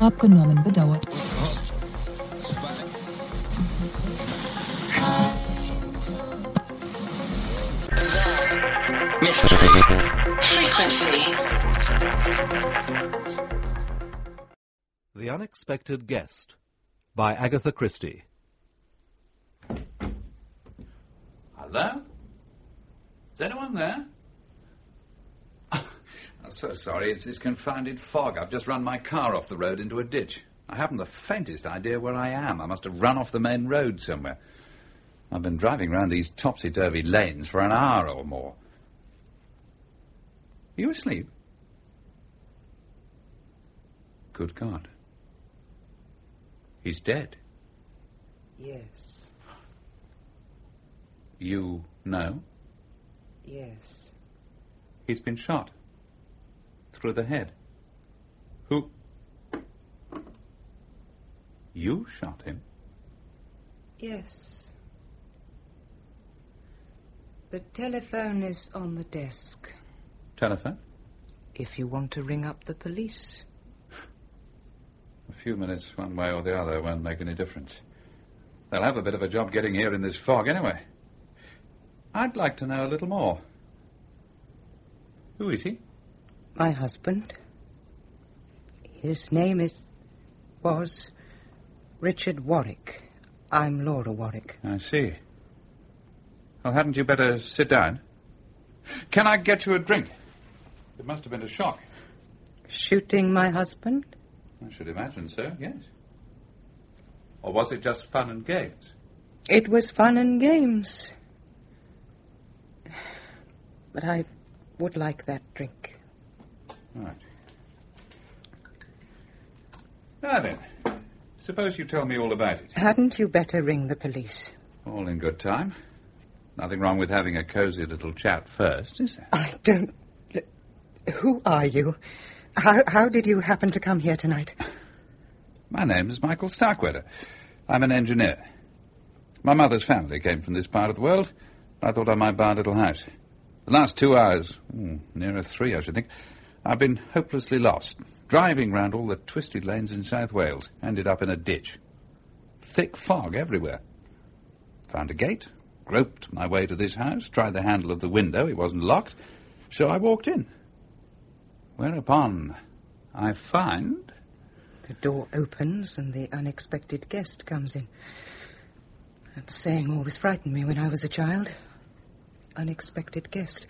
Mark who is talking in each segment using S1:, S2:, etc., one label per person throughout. S1: Abgenommen bedauert.
S2: Frequency.
S3: The Unexpected Guest by Agatha Christie.
S4: Hello? Is anyone there? I'm so sorry. It's this confounded fog. I've just run my car off the road into a ditch. I haven't the faintest idea where I am. I must have run off the main road somewhere. I've been driving round these topsy-turvy lanes for an hour or more. Are you asleep? Good God. He's dead.
S5: Yes,
S4: You know?
S5: yes.
S4: He's been shot. Through the head. Who? You shot him?
S5: Yes. The telephone is on the desk.
S4: Telephone?
S5: If you want to ring up the police.
S4: A few minutes, one way or the other, won't make any difference. They'll have a bit of a job getting here in this fog, anyway. I'd like to know a little more. Who is he?
S5: My husband. His name is. was. Richard Warwick. I'm Laura Warwick.
S4: I see. Well, hadn't you better sit down? Can I get you a drink? It must have been a shock.
S5: Shooting my husband?
S4: I should imagine so, yes. Or was it just fun and games?
S5: It was fun and games. But I would like that drink.
S4: Right. Now then, suppose you tell me all about it.
S5: Hadn't you better ring the police?
S4: All in good time. Nothing wrong with having a cosy little chat first, is there?
S5: I don't. Who are you? How, how did you happen to come here tonight?
S4: My name is Michael Starkweather. I'm an engineer. My mother's family came from this part of the world. I thought I might buy a little house. The last two hours, mm, nearer three, I should think, I've been hopelessly lost, driving round all the twisted lanes in South Wales, ended up in a ditch. Thick fog everywhere. Found a gate, groped my way to this house, tried the handle of the window, it wasn't locked, so I walked in. Whereupon I find
S5: The door opens and the unexpected guest comes in. That saying always frightened me when I was a child. Unexpected guest.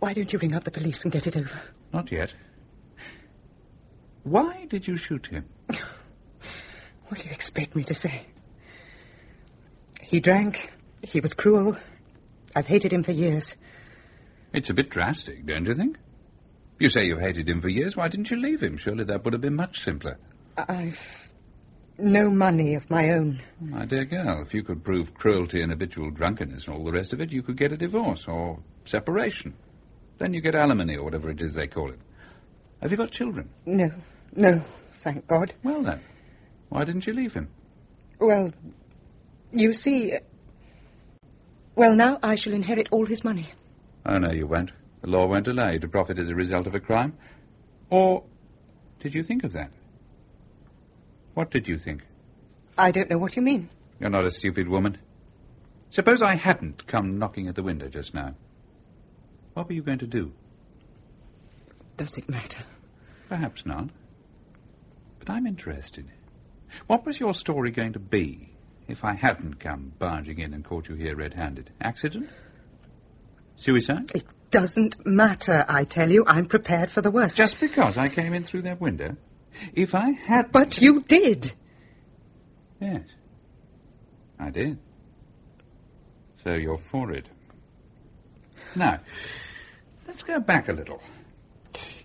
S5: Why don't you ring up the police and get it over?
S4: Not yet. Why did you shoot him?
S5: What do you expect me to say? He drank. He was cruel. I've hated him for years.
S4: It's a bit drastic, don't you think? You say you hated him for years. Why didn't you leave him? Surely that would have been much simpler.
S5: I've No money of my own.
S4: Oh, My dear girl, if you could prove cruelty and habitual drunkenness and all the rest of it, you could get a divorce or separation. Then you get alimony or whatever it is they call it. Have you got children?
S5: No, no, thank God.
S4: Well, then, why didn't you leave him?
S5: Well, you see. uh, Well, now I shall inherit all his money.
S4: Oh, no, you won't. The law won't allow you to profit as a result of a crime. Or did you think of that? What did you think?
S5: I don't know what you mean.
S4: You're not a stupid woman. Suppose I hadn't come knocking at the window just now. What were you going to do?
S5: Does it matter?
S4: Perhaps not. But I'm interested. What was your story going to be if I hadn't come barging in and caught you here red handed? Accident? Suicide?
S5: It doesn't matter, I tell you. I'm prepared for the worst.
S4: Just because I came in through that window? If I had.
S5: But you did.
S4: Yes. I did. So you're for it. Now, let's go back a little.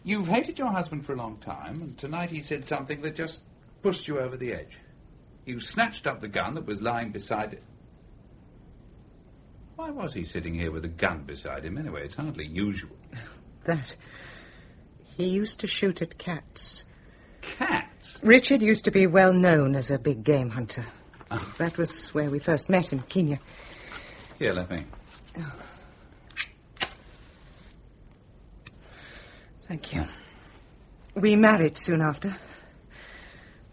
S4: You've hated your husband for a long time, and tonight he said something that just pushed you over the edge. You snatched up the gun that was lying beside it. Why was he sitting here with a gun beside him anyway? It's hardly usual.
S5: That. He used to shoot at cats.
S4: Cats?
S5: Richard used to be well known as a big game hunter.
S4: Ah.
S5: That was where we first met in Kenya.
S4: Here, let me.
S5: Thank you. We married soon after.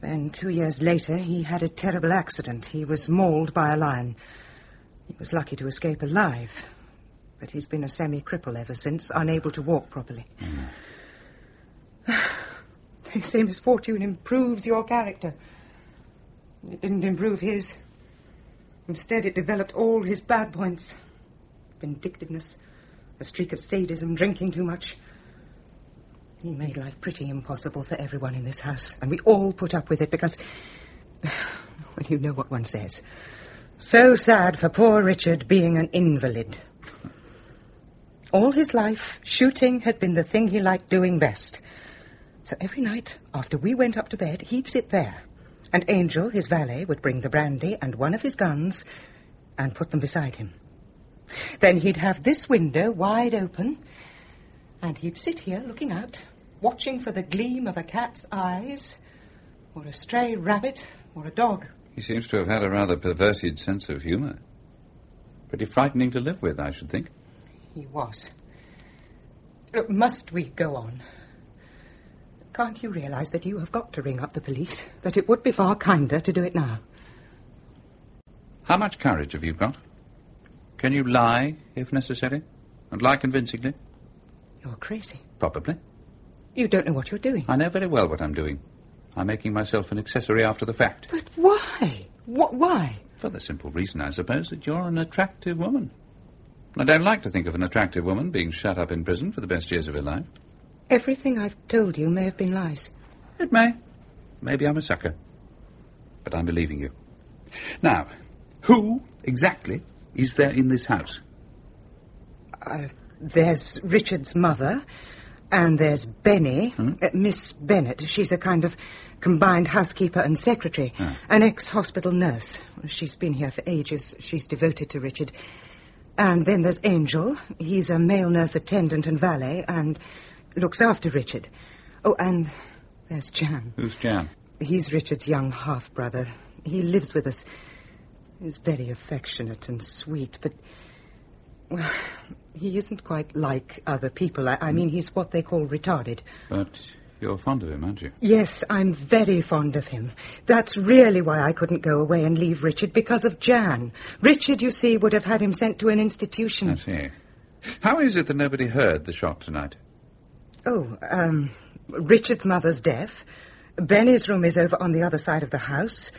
S5: Then, two years later, he had a terrible accident. He was mauled by a lion. He was lucky to escape alive, but he's been a semi cripple ever since, unable to walk properly. they say misfortune improves your character. It didn't improve his. Instead, it developed all his bad points vindictiveness, a streak of sadism, drinking too much. He made life pretty impossible for everyone in this house, and we all put up with it because. Well, you know what one says. So sad for poor Richard being an invalid. All his life, shooting had been the thing he liked doing best. So every night, after we went up to bed, he'd sit there, and Angel, his valet, would bring the brandy and one of his guns and put them beside him. Then he'd have this window wide open, and he'd sit here looking out, watching for the gleam of a cat's eyes, or a stray rabbit, or a dog.
S4: He seems to have had a rather perverted sense of humour. Pretty frightening to live with, I should think.
S5: He was. Look, must we go on? Can't you realize that you have got to ring up the police? That it would be far kinder to do it now.
S4: How much courage have you got? Can you lie, if necessary? And lie convincingly?
S5: You're crazy.
S4: Probably.
S5: You don't know what you're doing.
S4: I know very well what I'm doing. I'm making myself an accessory after the fact.
S5: But why? What? Why?
S4: For the simple reason, I suppose, that you're an attractive woman. I don't like to think of an attractive woman being shut up in prison for the best years of her life.
S5: Everything I've told you may have been lies.
S4: It may. Maybe I'm a sucker. But I'm believing you. Now, who exactly is there in this house?
S5: Uh, There's Richard's mother, and there's Benny, uh, Miss Bennett. She's a kind of combined housekeeper and secretary, an ex hospital nurse. She's been here for ages. She's devoted to Richard. And then there's Angel. He's a male nurse attendant and valet and looks after Richard. Oh, and there's Jan.
S4: Who's Jan?
S5: He's Richard's young half brother. He lives with us. He's very affectionate and sweet, but. Well, he isn't quite like other people. I, I mean, he's what they call retarded.
S4: But you're fond of him, aren't you?
S5: Yes, I'm very fond of him. That's really why I couldn't go away and leave Richard, because of Jan. Richard, you see, would have had him sent to an institution.
S4: I see. How is it that nobody heard the shot tonight?
S5: Oh, um, Richard's mother's deaf. Benny's room is over on the other side of the house.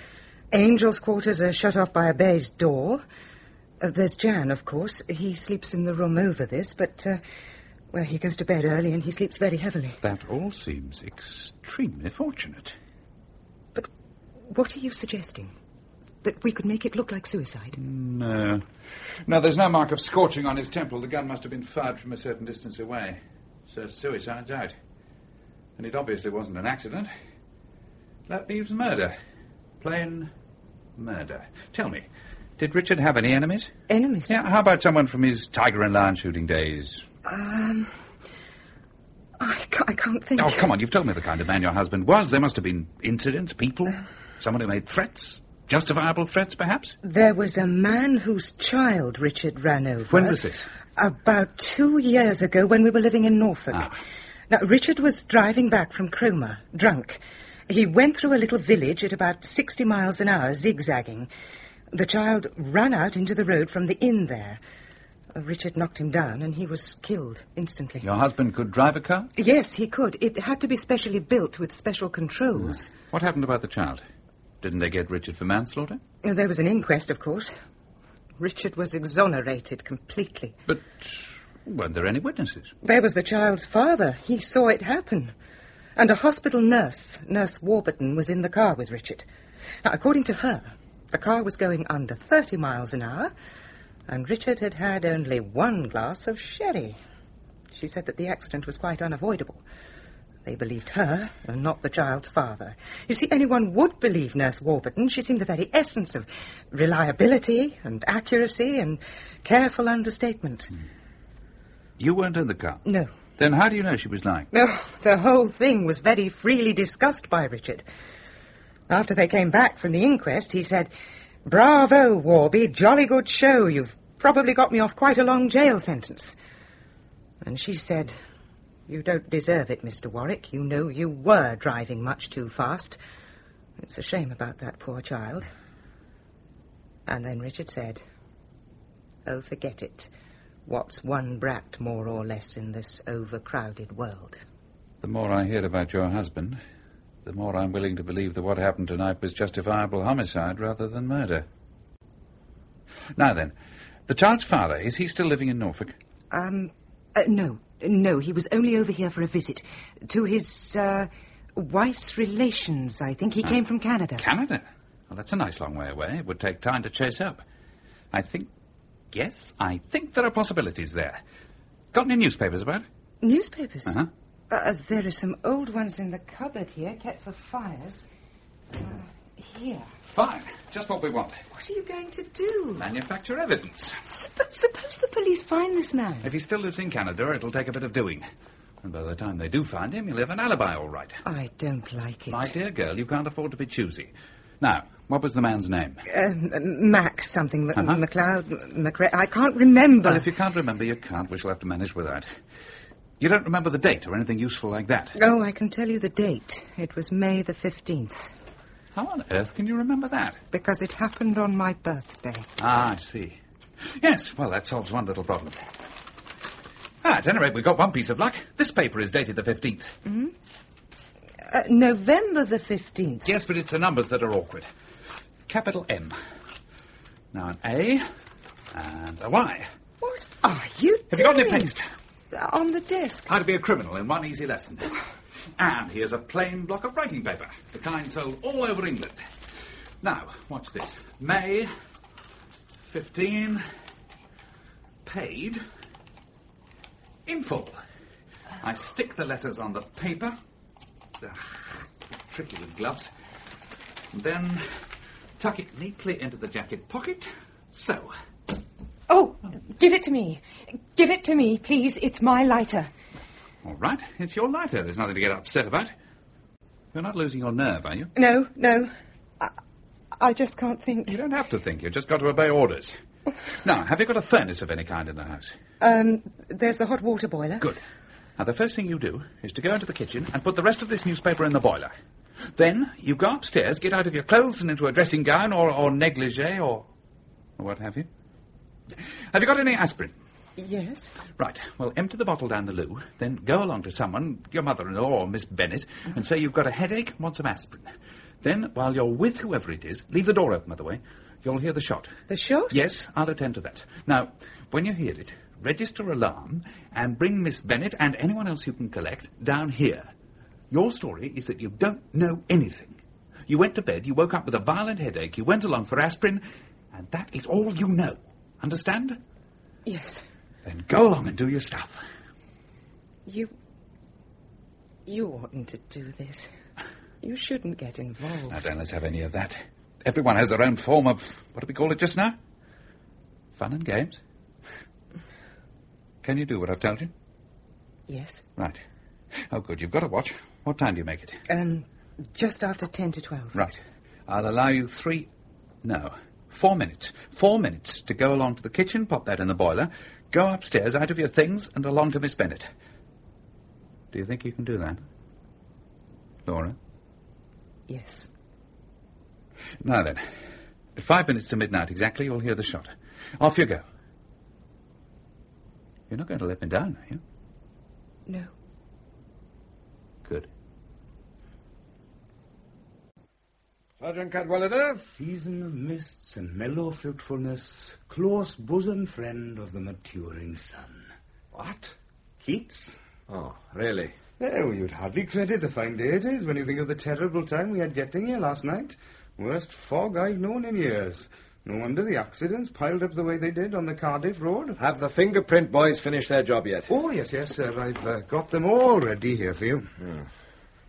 S5: Angel's quarters are shut off by a baize door. Uh, there's Jan, of course. He sleeps in the room over this, but, uh, well, he goes to bed early and he sleeps very heavily.
S4: That all seems extremely fortunate.
S5: But what are you suggesting? That we could make it look like suicide?
S4: Hmm. No. No, Mm, uh, there's no mark of scorching on his temple. The gun must have been fired from a certain distance away. So suicide's out. And it obviously wasn't an accident. That leaves murder. Plain murder. Tell me, did Richard have any enemies?
S5: Enemies?
S4: Yeah, how about someone from his tiger and lion shooting days?
S5: Um, I, ca- I can't think.
S4: Oh, come on, you've told me the kind of man your husband was. There must have been incidents, people, someone who made threats, justifiable threats, perhaps?
S5: There was a man whose child Richard ran over.
S4: When was this?
S5: About two years ago when we were living in Norfolk.
S4: Ah.
S5: Now, Richard was driving back from Cromer, drunk. He went through a little village at about 60 miles an hour, zigzagging. The child ran out into the road from the inn there. Uh, Richard knocked him down and he was killed instantly.
S4: Your husband could drive a car?
S5: Yes, he could. It had to be specially built with special controls.
S4: What happened about the child? Didn't they get Richard for manslaughter?
S5: Uh, There was an inquest, of course. Richard was exonerated completely.
S4: But weren't there any witnesses?
S5: There was the child's father. He saw it happen. And a hospital nurse, Nurse Warburton, was in the car with Richard. Now, according to her, the car was going under 30 miles an hour, and Richard had had only one glass of sherry. She said that the accident was quite unavoidable. They believed her and not the child's father. You see, anyone would believe Nurse Warburton. She seemed the very essence of reliability and accuracy and careful understatement.
S4: You weren't in the car?
S5: No,
S4: Then how do you know she was lying?
S5: No, the whole thing was very freely discussed by Richard. After they came back from the inquest, he said, Bravo, Warby, jolly good show. You've probably got me off quite a long jail sentence. And she said, You don't deserve it, Mr. Warwick. You know you were driving much too fast. It's a shame about that poor child. And then Richard said, Oh, forget it. What's one brat more or less in this overcrowded world?
S4: The more I hear about your husband, the more I'm willing to believe that what happened tonight was justifiable homicide rather than murder. Now then, the child's father, is he still living in Norfolk?
S5: Um, uh, no, no, he was only over here for a visit to his uh, wife's relations. I think he
S4: Uh,
S5: came from Canada.
S4: Canada? Well, that's a nice long way away. It would take time to chase up. I think. Yes, I think there are possibilities there. Got any newspapers about? it?
S5: Newspapers.
S4: Uh-huh.
S5: Uh, there are some old ones in the cupboard here, kept for fires. Uh, here.
S4: Fine. Just what we want.
S5: What are you going to do?
S4: Manufacture evidence.
S5: Sup- suppose the police find this man.
S4: If he still lives in Canada, it'll take a bit of doing. And by the time they do find him, he'll have an alibi all right.
S5: I don't like it.
S4: My dear girl, you can't afford to be choosy. Now, what was the man's name?
S5: Um, uh, Mac something, M-
S4: Uh-huh.
S5: MacLeod, McRae. I can't remember.
S4: Well, if you can't remember, you can't. We shall have to manage without. You don't remember the date or anything useful like that.
S5: Oh, I can tell you the date. It was May the 15th,
S4: How on earth can you remember that?
S5: because it happened on my birthday.
S4: Ah, I see. Yes, well, that solves one little problem. Ah, at any rate, we've got one piece of luck. This paper is dated the 15th.
S5: Uh, November the 15th.
S4: Yes, but it's the numbers that are awkward. Capital M. Now an A and a Y.
S5: What are you
S4: Have you got any
S5: doing?
S4: paste?
S5: Uh, On the desk.
S4: How to be a criminal in one easy lesson. And here's a plain block of writing paper, the kind sold all over England. Now, watch this. May 15, paid in full. I stick the letters on the paper. Ah, tricky with gloves. And then tuck it neatly into the jacket pocket. So,
S2: Oh, give it to me. Give it to me, please. It's my lighter.
S4: all right, it's your lighter. There's nothing to get upset about. You're not losing your nerve, are you?
S5: No, no. I, I just can't think.
S4: You don't have to think. You've just got to obey orders. Now, have you got a furnace of any kind in the house?
S5: Um, there's the hot water boiler.
S4: Good. Now, the first thing you do is to go into the kitchen and put the rest of this newspaper in the boiler. Then you go upstairs, get out of your clothes and into a dressing gown or, or negligee or, or what have you. Have you got any aspirin?
S5: Yes.
S4: Right. Well, empty the bottle down the loo, then go along to someone, your mother in law or Miss Bennett, and say you've got a headache, want some aspirin. Then, while you're with whoever it is, leave the door open, by the way. You'll hear the shot.
S5: The shot?
S4: Yes, I'll attend to that. Now, when you hear it, register alarm and bring Miss Bennett and anyone else you can collect down here. Your story is that you don't know anything. You went to bed, you woke up with a violent headache, you went along for aspirin, and that is all you know. Understand?
S5: Yes.
S4: Then go along and do your stuff.
S5: You. You oughtn't to do this. You shouldn't get involved.
S4: Now, don't let's have any of that. Everyone has their own form of what do we call it just now? Fun and games. Can you do what I've told you?
S5: Yes.
S4: Right. Oh, good. You've got a watch. What time do you make it?
S5: Um, just after 10 to 12.
S4: Right. I'll allow you three. No, four minutes. Four minutes to go along to the kitchen, pop that in the boiler, go upstairs, out of your things, and along to Miss Bennett. Do you think you can do that? Laura?
S5: Yes.
S4: Now then, at five minutes to midnight exactly, you'll hear the shot. Off you go. You're not going to let me down, are you?
S5: No.
S4: Good.
S6: Sergeant Cadwallader?
S7: Season of mists and mellow fruitfulness, close bosom friend of the maturing sun.
S6: What?
S7: Keats?
S6: Oh, really?
S7: Oh, you'd hardly credit the fine day it is when you think of the terrible time we had getting here last night. Worst fog I've known in years. No wonder the accidents piled up the way they did on the Cardiff Road.
S6: Have the fingerprint boys finished their job yet?
S7: Oh, yes, yes, sir. I've uh, got them all ready here for you.
S6: Hmm.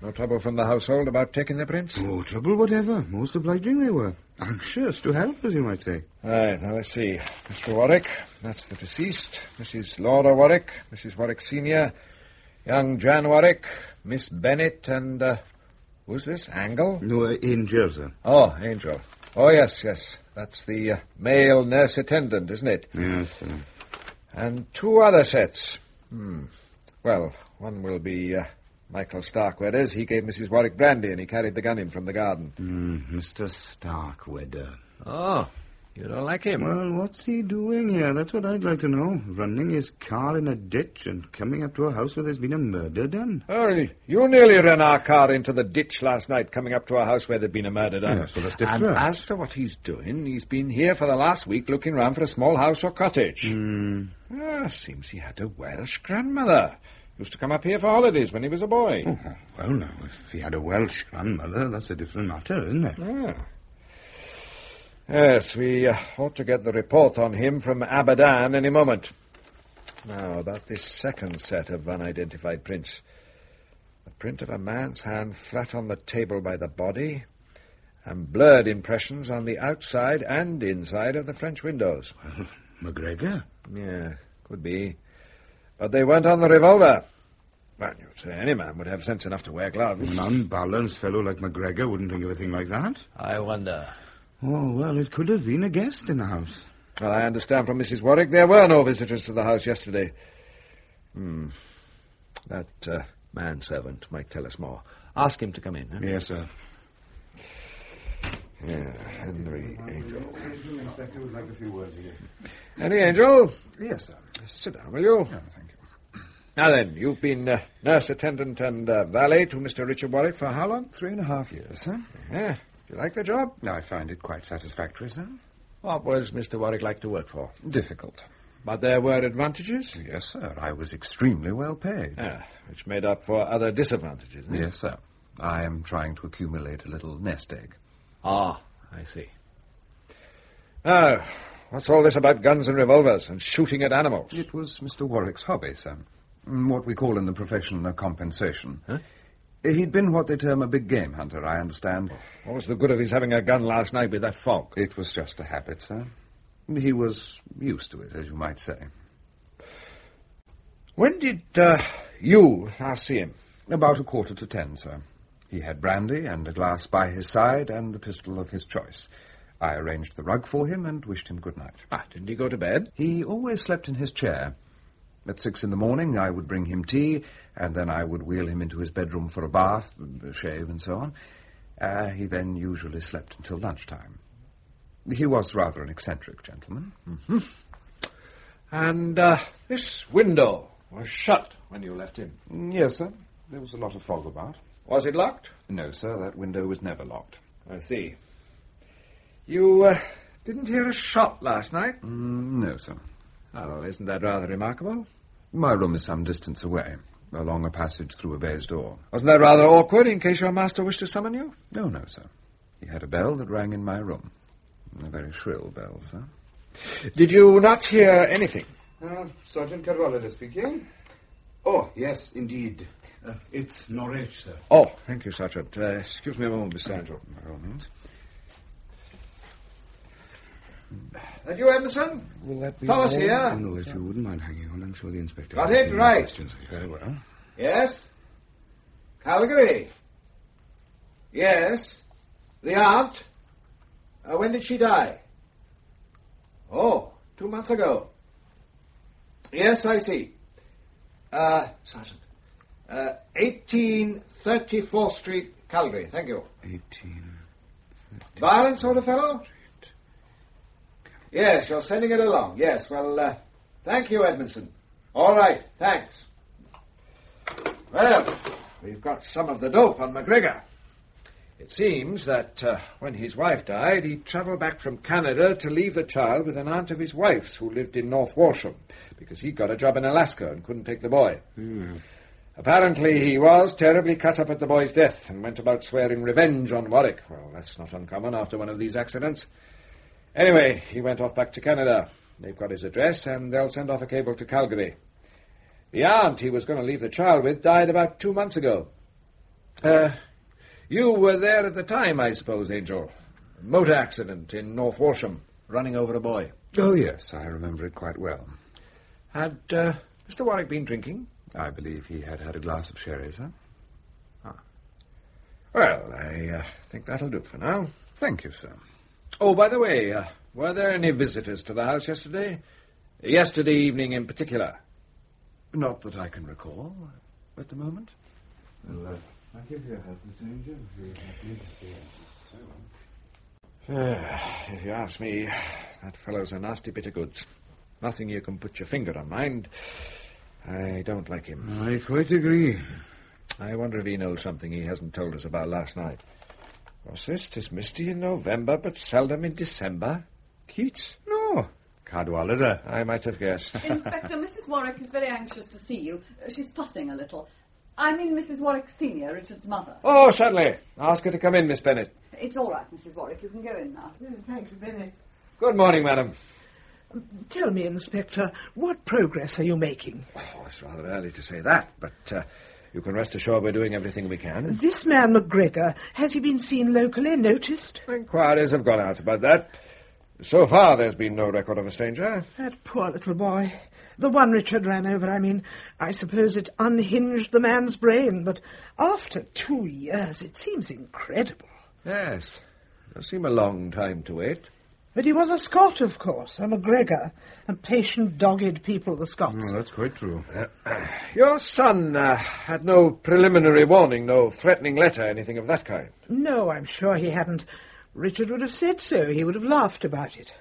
S6: No trouble from the household about taking the prints?
S7: No trouble whatever. Most obliging they were. Anxious to help, as you might say.
S6: Right, now let's see. Mr. Warwick, that's the deceased. Mrs. Laura Warwick, Mrs. Warwick Sr., young Jan Warwick, Miss Bennett, and, uh, who's this? Angle?
S7: No, uh, angel, sir.
S6: Oh, Angel. Oh, yes, yes. That's the uh, male nurse attendant, isn't it?
S7: Yes, sir.
S6: And two other sets. Hmm. Well, one will be uh, Michael Starkweather's. He gave Mrs. Warwick brandy and he carried the gun in from the garden.
S7: Mm, Mr. Starkweather.
S6: Oh, you don't like him?
S7: Well, what's he doing here? That's what I'd like to know. Running his car in a ditch and coming up to a house where there's been a murder done.
S6: Earl, you nearly ran our car into the ditch last night coming up to a house where there'd been a murder done.
S7: Yes, well, that's
S6: and
S7: different.
S6: as to what he's doing, he's been here for the last week looking round for a small house or cottage.
S7: Hmm.
S6: Ah, seems he had a Welsh grandmother. Used to come up here for holidays when he was a boy.
S7: Oh, well, now, if he had a Welsh grandmother, that's a different matter, isn't it?
S6: Ah. Yes, we uh, ought to get the report on him from Abadan any moment. Now, about this second set of unidentified prints. The print of a man's hand flat on the table by the body, and blurred impressions on the outside and inside of the French windows.
S7: McGregor?
S6: Yeah, could be. But they weren't on the revolver. Well, you'd say any man would have sense enough to wear gloves.
S7: An unbalanced fellow like McGregor wouldn't think of a thing like that.
S6: I wonder.
S7: Oh, well, it could have been a guest in the house.
S6: Well, I understand from Mrs. Warwick there were no visitors to the house yesterday. Hmm. That uh, manservant might tell us more. Ask him to come in. Huh?
S7: Yes, sir.
S6: Yeah, Henry Angel.
S7: I would like a few words here.
S6: Henry Angel,
S7: Yes, sir.
S6: sit down, will you?
S7: thank you.
S6: Now then, you've been uh, nurse attendant and uh, valet to Mr. Richard Warwick for how long?
S7: Three and a half years, sir.
S6: Yeah. Do you like the job?
S7: I find it quite satisfactory, sir.
S6: What was Mr. Warwick like to work for?
S7: Difficult.
S6: But there were advantages,
S7: Yes, sir. I was extremely well paid.
S6: ah, which made up for other disadvantages. eh?
S7: Yes, sir. I am trying to accumulate a little nest egg.
S6: Ah, I see. Now, Oh, what's all this about guns and revolvers and shooting at animals?
S7: It was Mr. Warwick's hobby, sir. Mm, What we call in the profession a compensation. He'd been what they term a big game hunter, I understand.
S6: What was the good of his having a gun last night with that fog?
S7: It was just a habit, sir. He was used to it, as you might say.
S6: When did uh, you last see him?
S7: About a quarter to ten, sir. He had brandy and a glass by his side and the pistol of his choice. I arranged the rug for him and wished him good night.
S6: Ah, didn't he go to bed?
S7: He always slept in his chair. At six in the morning, I would bring him tea, and then I would wheel him into his bedroom for a bath, a shave, and so on. Uh, he then usually slept until lunchtime. He was rather an eccentric gentleman.
S6: And uh, this window was shut when you left him.
S7: Mm, Yes, sir. There was a lot of fog about.
S6: Was it locked?
S7: No, sir, that window was never locked.
S6: I see. You uh, didn't hear a shot last night?
S7: Mm, No, sir.
S6: Well, isn't that rather remarkable?
S7: My room is some distance away, along a passage through a baize door.
S6: Wasn't that rather awkward in case your master wished to summon you?
S7: No, no, sir. He had a bell that rang in my room. A very shrill bell, sir.
S6: Did you not hear anything?
S7: Uh, Sergeant Cadwallader speaking. Oh, yes, indeed.
S8: Uh, it's Norwich, sir.
S6: Oh, thank you, Sergeant. Uh, excuse me a moment, Mr. Angel. By all means.
S7: That you, Emerson?
S9: Will that be
S7: Thomas
S9: all?
S7: here?
S9: No, if you wouldn't mind hanging on, I'm sure the inspector.
S7: Got
S9: has
S7: it
S9: no
S7: right.
S9: Questions. Very well.
S7: Yes? Calgary? Yes? The aunt? Uh, when did she die? Oh, two months ago. Yes, I see. Uh, Sergeant. Uh, 1834 Street, Calgary. Thank you.
S9: 18.
S7: Violent sort of fellow? Yes, you're sending it along. Yes, well, uh, thank you, Edmondson. All right, thanks. Well, we've got some of the dope on McGregor.
S6: It seems that uh, when his wife died, he travelled back from Canada to leave the child with an aunt of his wife's who lived in North Walsham because he got a job in Alaska and couldn't take the boy.
S7: Hmm.
S6: Apparently, he was terribly cut up at the boy's death and went about swearing revenge on Warwick. Well, that's not uncommon after one of these accidents. Anyway, he went off back to Canada. They've got his address and they'll send off a cable to Calgary. The aunt he was going to leave the child with died about two months ago. Uh, you were there at the time, I suppose, Angel. Motor accident in North Walsham, running over a boy.
S7: Oh, yes, I remember it quite well.
S6: Had uh, Mr. Warwick been drinking?
S7: I believe he had had a glass of sherry, sir.
S6: Ah. Well, I uh, think that'll do for now.
S7: Thank you, sir.
S6: Oh, by the way, uh, were there any visitors to the house yesterday? Yesterday evening in particular?
S7: Not that I can recall at the moment.
S8: Well, uh, I'll give you a hand, Mr. Angel. if you're happy.
S6: Ah, if you ask me, that fellow's a nasty bit of goods. Nothing you can put your finger on, mind. I don't like him.
S9: I quite agree.
S6: I wonder if he knows something he hasn't told us about last night. Was this 'tis misty in November, but seldom in December? Keats? No. Cadwallader. I might have guessed.
S10: Inspector, Mrs. Warwick is very anxious to see you. Uh, She's fussing a little. I mean, Mrs. Warwick Senior, Richard's mother.
S6: oh, certainly. Ask her to come in, Miss Bennett.
S10: It's all right, Mrs. Warwick. You can go in now.
S11: Mm, Thank you, Bennett.
S6: Good morning, madam.
S11: Tell me, Inspector, what progress are you making?
S6: Oh, it's rather early to say that, but uh, you can rest assured we're doing everything we can.
S11: This man McGregor, has he been seen locally, noticed?
S6: Inquiries have gone out about that. So far, there's been no record of a stranger.
S11: That poor little boy. The one Richard ran over, I mean. I suppose it unhinged the man's brain, but after two years, it seems incredible.
S6: Yes. Does seem a long time to wait.
S11: But he was a Scot, of course, a McGregor, a patient, dogged people, the Scots.
S6: that's quite true. your son uh, had no preliminary warning, no threatening letter, anything of that kind.
S11: No, I'm sure he hadn't. Richard would have said so. He would have laughed about it.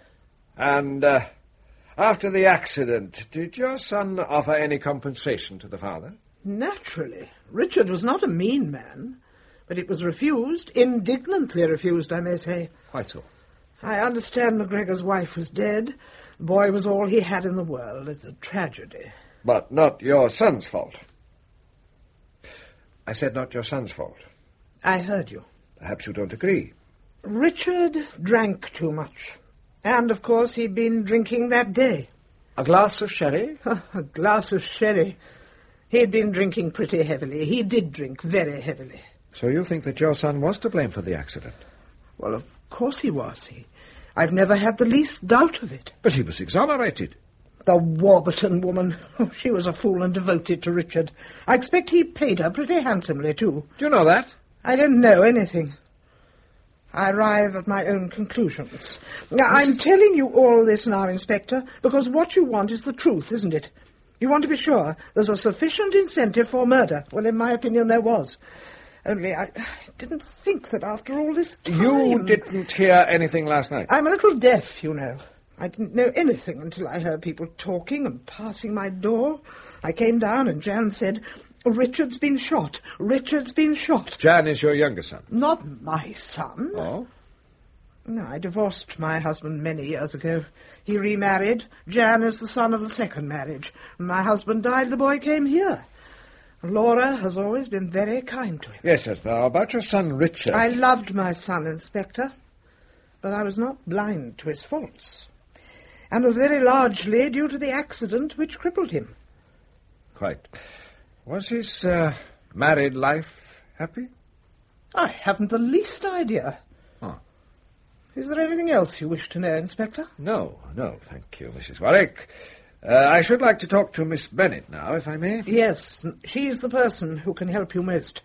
S6: And uh, after the accident, did your son offer any compensation to the father?
S11: Naturally. Richard was not a mean man, but it was refused, indignantly refused, I may say.
S6: Quite so.
S11: I understand McGregor's wife was dead. The boy was all he had in the world. It's a tragedy.
S6: But not your son's fault. I said not your son's fault.
S11: I heard you.
S6: Perhaps you don't agree.
S11: Richard drank too much. And, of course, he'd been drinking that day.
S6: A glass of sherry?
S11: a glass of sherry. He'd been drinking pretty heavily. He did drink very heavily.
S6: So you think that your son was to blame for the accident?
S11: Well, of course he was. He, I've never had the least doubt of it.
S6: But he was exonerated.
S11: The Warburton woman. She was a fool and devoted to Richard. I expect he paid her pretty handsomely, too.
S6: Do you know that?
S11: I don't know anything. I arrive at my own conclusions. Now, I'm telling you all this now, Inspector, because what you want is the truth, isn't it? You want to be sure there's a sufficient incentive for murder. Well, in my opinion, there was. Only I, I didn't think that after all this time...
S6: You didn't hear anything last night.
S11: I'm a little deaf, you know. I didn't know anything until I heard people talking and passing my door. I came down and Jan said, Richard's been shot. Richard's been shot.
S6: Jan is your younger son.
S11: Not my son.
S6: Oh?
S11: No, I divorced my husband many years ago. He remarried. Jan is the son of the second marriage. When my husband died, the boy came here. Laura has always been very kind to him.
S6: Yes, yes. Now, about your son Richard.
S11: I loved my son, Inspector, but I was not blind to his faults, and was very largely due to the accident which crippled him.
S6: Quite. Was his uh, Married life happy?
S11: I haven't the least idea.
S6: Ah.
S11: Is there anything else you wish to know, Inspector?
S6: No, Oh, no, thank you, Mrs. Warwick. Uh, I should like to talk to Miss Bennet now, if I may.
S11: Yes, she's the person who can help you most.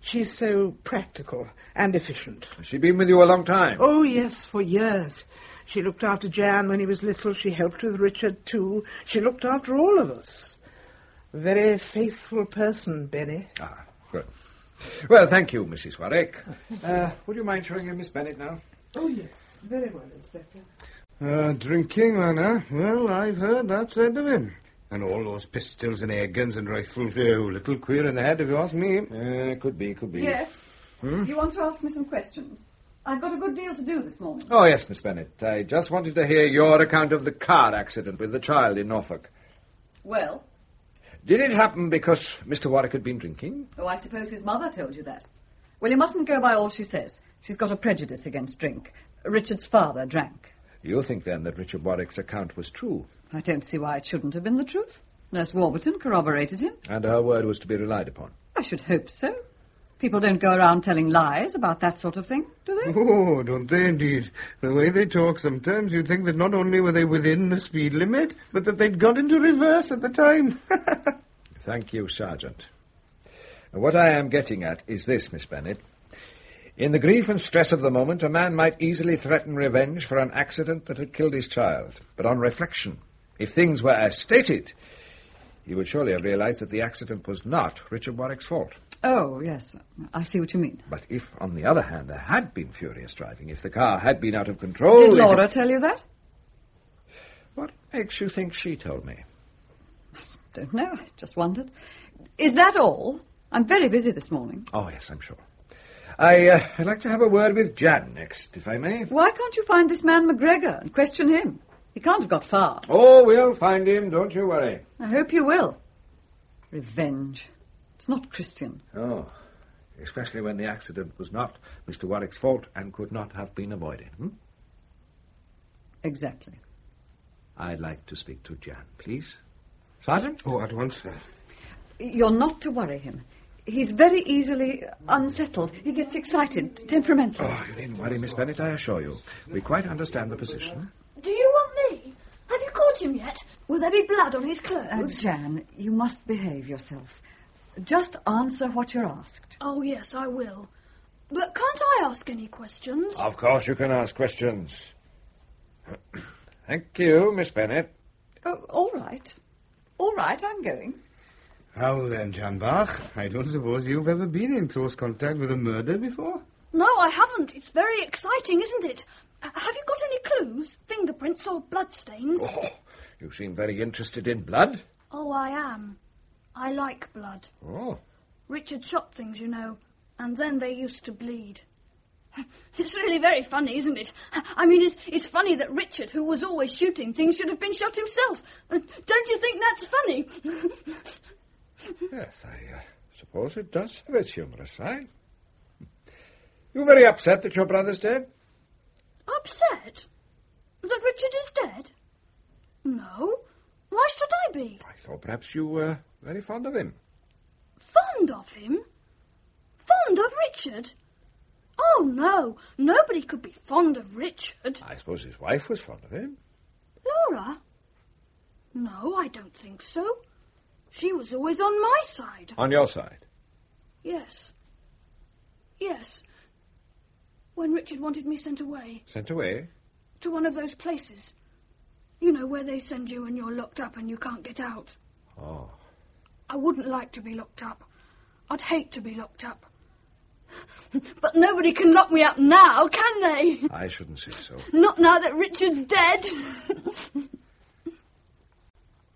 S11: She's so practical and efficient.
S6: Has she been with you a long time?
S11: Oh, yes, for years. She looked after Jan when he was little. She helped with Richard, too. She looked after all of us. Very faithful person, Benny.
S6: Ah, good. Well, thank you, Mrs. Warwick. Uh, would you mind showing him Miss Bennet now?
S11: Oh, yes. Very well, Inspector.
S9: Uh, drinking, Anna. Well, I've heard that said of him. And all those pistols and air guns and rifles. Oh, little queer in the head, if you ask me. Hmm?
S6: Uh, could be, could
S10: Yes. You want to ask me some questions? I've got a good deal to do this morning.
S6: Oh, yes, Miss Bennet. I just wanted to hear your account of the car accident with the child in Norfolk.
S10: Well,
S6: Did it happen because Mr. Warwick had been drinking?
S10: oh, I suppose his mother told you that. Well, you mustn't go by all she says. She's got a prejudice against drink. Richard's father drank.
S6: You think, then, that Richard Warwick's account was true,
S10: I don't see why it shouldn't have been the truth. Nurse Warburton corroborated him.
S6: and her word was to be relied upon.
S10: I should hope so. People don't go around telling lies about that sort of thing, do they?
S9: Oh, don't they indeed? The way they talk sometimes, you'd think that not only were they within the speed limit, but that they'd got into reverse at the time.
S6: Thank you, Sergeant. What I am getting at is this, Miss Bennet. In the grief and stress of the moment, a man might easily threaten revenge for an accident that had killed his child. But on reflection, if things were as stated, he would surely have realized that the accident was not Richard Warwick's fault.
S10: Oh, yes. I see what you mean.
S6: But if, on the other hand, there had been furious driving, if the car had been out of control.
S10: Did
S6: if it-
S10: Laura tell you that?
S6: What makes you think she told me?
S10: Don't know. I just wondered. Is that all? I'm very busy this morning.
S6: Oh, yes, I'm sure. I, uh, I'd like to have a word with Jan next, if I may.
S10: Why can't you find this man McGregor and question him? He can't have got far.
S6: Oh, we'll find him, don't you worry.
S10: I hope you will. Revenge. It's not Christian.
S6: Oh, especially when the accident was not Mr. Warwick's fault and could not have been avoided. hmm?
S10: Exactly.
S6: I'd like to speak to Jan, please. Sergeant?
S9: Oh, at once, sir.
S10: You're not to worry him. He's very easily unsettled. He gets excited, temperamental.
S6: Oh, you needn't worry, Miss Bennet, I assure you. We quite understand the position.
S12: Do you want me? Have you caught him yet? Will there be blood on his
S10: Uh,
S12: clothes?
S10: Jan, you must behave yourself. Just answer what you're asked.
S12: Oh, yes, I will. But can't I ask any questions?
S6: Of course you can ask questions. Thank you, Miss Bennet.
S10: Oh, all right. All right, I'm going.
S9: How then, Jan Bach? I don't suppose you've ever been in close contact with a murder before?
S12: No, I haven't. It's very exciting, isn't it? Uh, Have you got any clues? Fingerprints or bloodstains?
S6: Oh, you seem very interested in blood.
S12: oh, I am. I like blood.
S6: Oh,
S12: Richard shot things, you know, and then they used to bleed. It's really very funny, isn't it? I mean, it's, it's funny that Richard, who was always shooting things, should have been shot himself. Uh, Don't you think that's funny?
S6: yes, I uh, suppose it does have its humorous side. You're very upset that your brother's dead?
S12: Upset? That Richard is dead? No. Why should I be?
S6: I thought perhaps you were very fond of him.
S12: Fond of him? Fond of Richard? Oh, no. Nobody could be fond of Richard.
S6: I suppose his wife was fond of him.
S12: Laura? No, I don't think so. She was always on my side.
S6: On your side?
S12: Yes. Yes. When Richard wanted me sent away
S6: Sent away?
S12: to one of those places. You know, where they send you and you're locked up and you can't get out.
S6: Oh.
S12: I wouldn't like to be locked up. I'd hate to be locked up. but nobody can lock me up now, can they?
S6: I shouldn't say so.
S12: Not now that Richard's dead.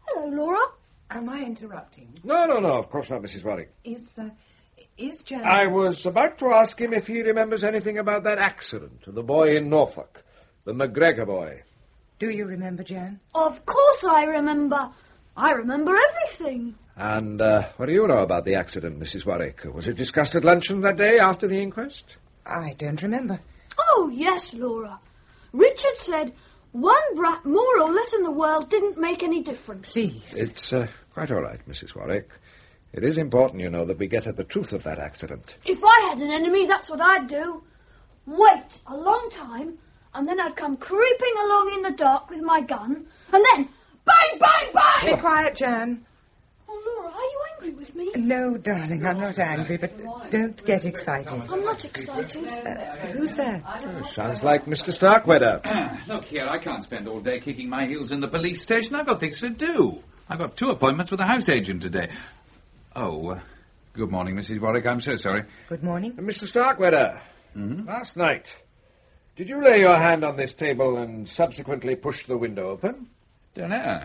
S12: Hello, Laura.
S13: Am I interrupting?
S6: No, no, no, of course not, Mrs. Warwick.
S13: Is uh, is Jan?
S6: I was about to ask him if he remembers anything about that accident to the boy in Norfolk, the McGregor boy.
S5: Do you remember, Jan?
S12: Of course I remember. I remember everything.
S6: And uh, what do you know about the accident, Mrs. Warwick? Was it discussed at luncheon that day after the inquest?
S5: I don't remember.
S12: Oh, yes, Laura. Richard said one brat more or less in the world didn't make any difference.
S5: Please.
S6: It's uh, quite all right, Mrs. Warwick. It is important, you know, that we get at the truth of that accident.
S12: If I had an enemy, that's what I'd do. Wait a long time, and then I'd come creeping along in the dark with my gun, and then bang, bang, bang!
S5: Be quiet, Jan.
S12: Oh, Laura, are you angry with me?
S5: No, darling, I'm not angry, but don't get excited.
S12: I'm not excited.
S10: Uh,
S5: Who's there?
S6: Sounds like Mr. Starkweather.
S4: Ah, Look here, I can't spend all day kicking my heels in the police station. I've got things to do. I've got two appointments with a house agent today. Oh, uh, good morning, Mrs. Warwick. I'm so sorry.
S5: Good morning.
S6: Mr. Starkweather,
S4: Mm-hmm.
S6: last night, did you lay your hand on this table and subsequently push the window open?
S4: Don't know.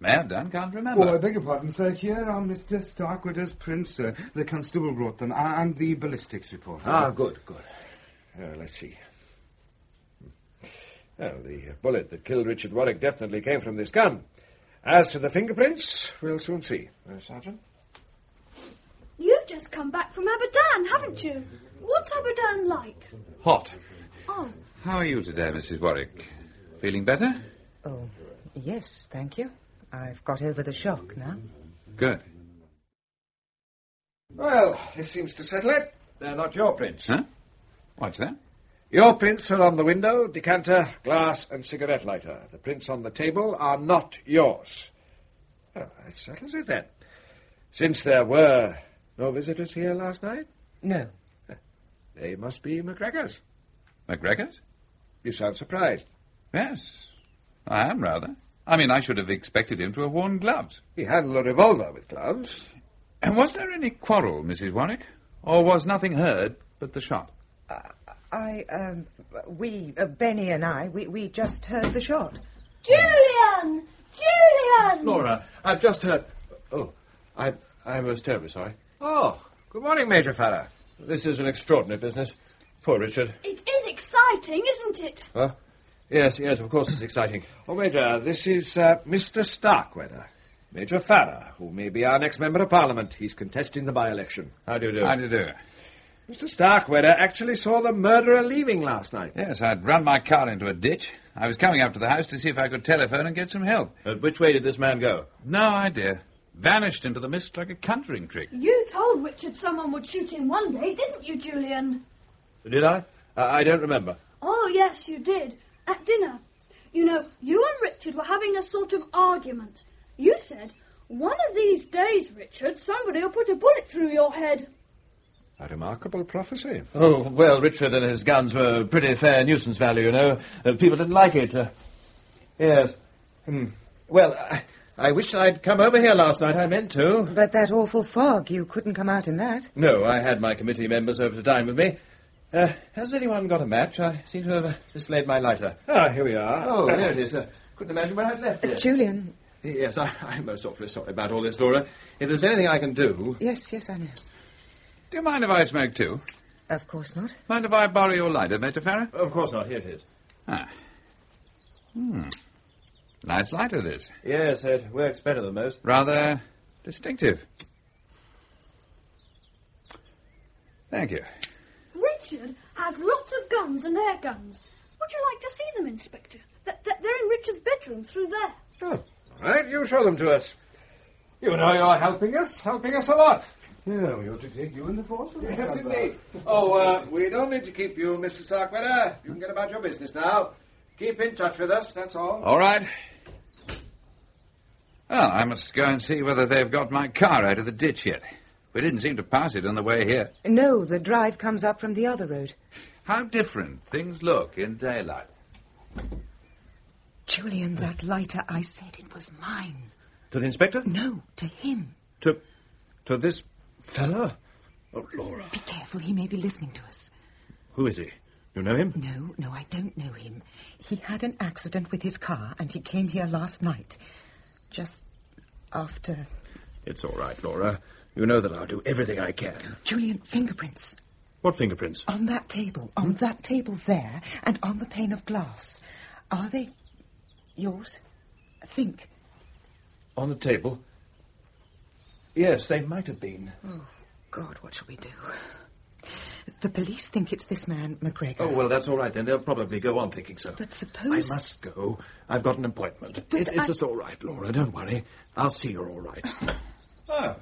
S4: May have done, can't remember.
S8: Oh, I beg your pardon, sir. Here are Mr. Starkweather's prints, sir. The constable brought them, a- and the ballistics report.
S6: Ah, good, good. Uh, let's see. Well, the bullet that killed Richard Warwick definitely came from this gun. As to the fingerprints, we'll soon see. Uh, Sergeant?
S12: You've just come back from Aberdan, haven't you? What's Aberdan like?
S4: Hot.
S12: Oh,
S4: How are you today, Mrs. Warwick? Feeling better?
S5: Oh, yes, thank you. I've got over the shock now.
S4: Good.
S6: Well, this seems to settle it. They're not your prints.
S4: Huh? What's that?
S6: Your prints are on the window, decanter, glass, and cigarette lighter. The prints on the table are not yours. Well, that settles it then. Since there were no visitors here last night,
S5: No.
S6: they must be McGregor's.
S4: McGregor's?
S6: You sound surprised.
S4: Yes, I am rather. I mean, I should have expected him to have worn gloves.
S6: He handled a revolver with gloves.
S4: And was there any quarrel, Mrs. Warwick? Or was nothing heard but the shot?
S5: I, um, we, uh, Benny and I, we, we just heard the shot.
S12: Julian! Julian!
S9: Laura, I've just heard. Oh, I, I was terribly sorry.
S6: Oh, good morning, Major Farrar.
S9: This is an extraordinary business. Poor Richard.
S12: It is exciting, isn't it?
S9: Huh? Yes, yes, of course it's exciting.
S6: Oh, Major, this is uh, Mr. Starkweather. Major Farrar, who may be our next Member of Parliament. He's contesting the by-election.
S9: How do you do?
S4: How do you do?
S6: Mr. Starkweather actually saw the murderer leaving last night.
S4: Yes, I'd run my car into a ditch. I was coming up to the house to see if I could telephone and get some help.
S9: But which way did this man go?
S4: No idea. Vanished into the mist like a conjuring trick.
S12: You told Richard someone would shoot him one day, didn't you, Julian?
S9: Did I? I I don't remember.
S12: Oh, yes, you did. At dinner. You know, you and Richard were having a sort of argument. You said, One of these days, Richard, somebody will put a bullet through your head.
S6: A remarkable prophecy.
S9: Oh, well, Richard and his guns were pretty fair nuisance value, you know. Uh, people didn't like it. Uh, yes. Hmm. Well, I, I wish I'd come over here last night. I meant to.
S5: But that awful fog, you couldn't come out in that.
S9: No, I had my committee members over to dine with me. Uh, has anyone got a match? I seem to have uh, mislaid my lighter.
S6: Ah, here we are.
S9: Oh, there it is. Uh, couldn't imagine where I'd left it.
S5: Julian,
S9: Yes, I, I'm most awfully sorry about all this, Laura. If there's anything I can do.
S5: yes, yes, I know.
S4: Do you mind if I smoke too?
S5: Of course not.
S4: Mind if I borrow your lighter, Major Farrar?
S9: Of course not. Here it is.
S4: Ah. Hmm. Nice lighter, this.
S9: Yes, it works better than most.
S4: Rather distinctive. Thank you.
S12: Richard has lots of guns and air guns. Would you like to see them, Inspector? Th- th- they're in Richard's bedroom through there.
S6: Oh, all right, you show them to us. You know you're helping us, helping us a lot.
S8: Yeah, we ought to take you in the force.
S6: Yes, indeed. Oh, uh, we don't need to keep you, Mr. Starkweather. You can get about your business now. Keep in touch with us, that's all.
S4: All right. Well, I must go and see whether they've got my car out of the ditch yet. We didn't seem to pass it on the way here.
S5: No, the drive comes up from the other road.
S4: How different things look in daylight.
S5: Julian, that lighter, I said it was mine.
S9: To the inspector?
S5: No, to him.
S9: To, to this fella? Oh, Laura.
S5: Be careful, he may be listening to us.
S9: Who is he? You know him?
S5: No, no, I don't know him. He had an accident with his car and he came here last night. Just after.
S9: It's all right, Laura. You know that I'll do everything I can.
S5: Julian, fingerprints.
S9: What fingerprints?
S5: On that table, on that table there, and on the pane of glass. Are they yours? Think.
S9: On the table? Yes, they might have been.
S5: God, what shall we do? The police think it's this man, McGregor.
S9: Oh, well, that's all right then. They'll probably go on thinking so.
S5: But
S9: I
S5: suppose.
S9: must go. I've got an appointment.
S5: But
S9: it's, it's
S5: I-
S9: just all right, Laura. Don't worry. I'll see you're all right.
S4: Oh.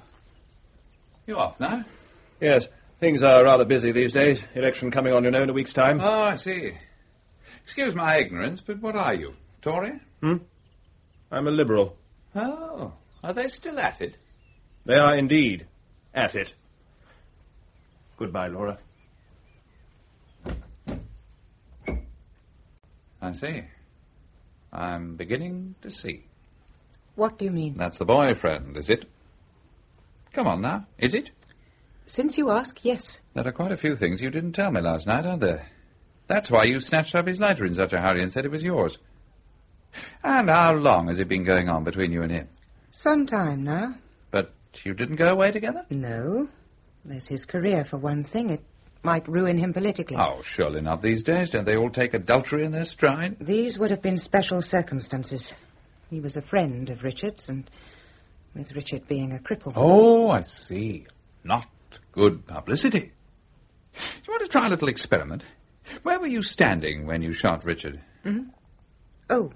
S4: You off now?
S9: Yes, things are rather busy these days. Election coming on, you know, in a week's time.
S4: Oh,
S5: Ah.
S4: I see. Excuse my ignorance, but what are you? Tory?
S9: Hmm? I'm a liberal.
S4: Oh, are they still at it?
S9: They are indeed at it. Goodbye, Laura.
S4: I see. I'm beginning to see.
S13: What do you mean?
S4: That's the boyfriend, is it? Come on now, is it?
S13: Since you ask, yes.
S4: There are quite a few things you didn't tell me last night, aren't there? That's why you snatched up his lighter in such a hurry and said it was yours. And how long has it been going on between you and him?
S5: Some time now.
S4: But you didn't go away together?
S5: No. There's his career, for one thing. It might ruin him politically.
S4: Oh, surely not these days. Don't they all take adultery in their stride?
S5: These would have been special circumstances. He was a friend of Richard's, and with Richard being a cripple.
S4: Oh, I see. Not good publicity. Do you want to try a little experiment? Where were you standing when you shot Richard?
S5: Mhm. Oh,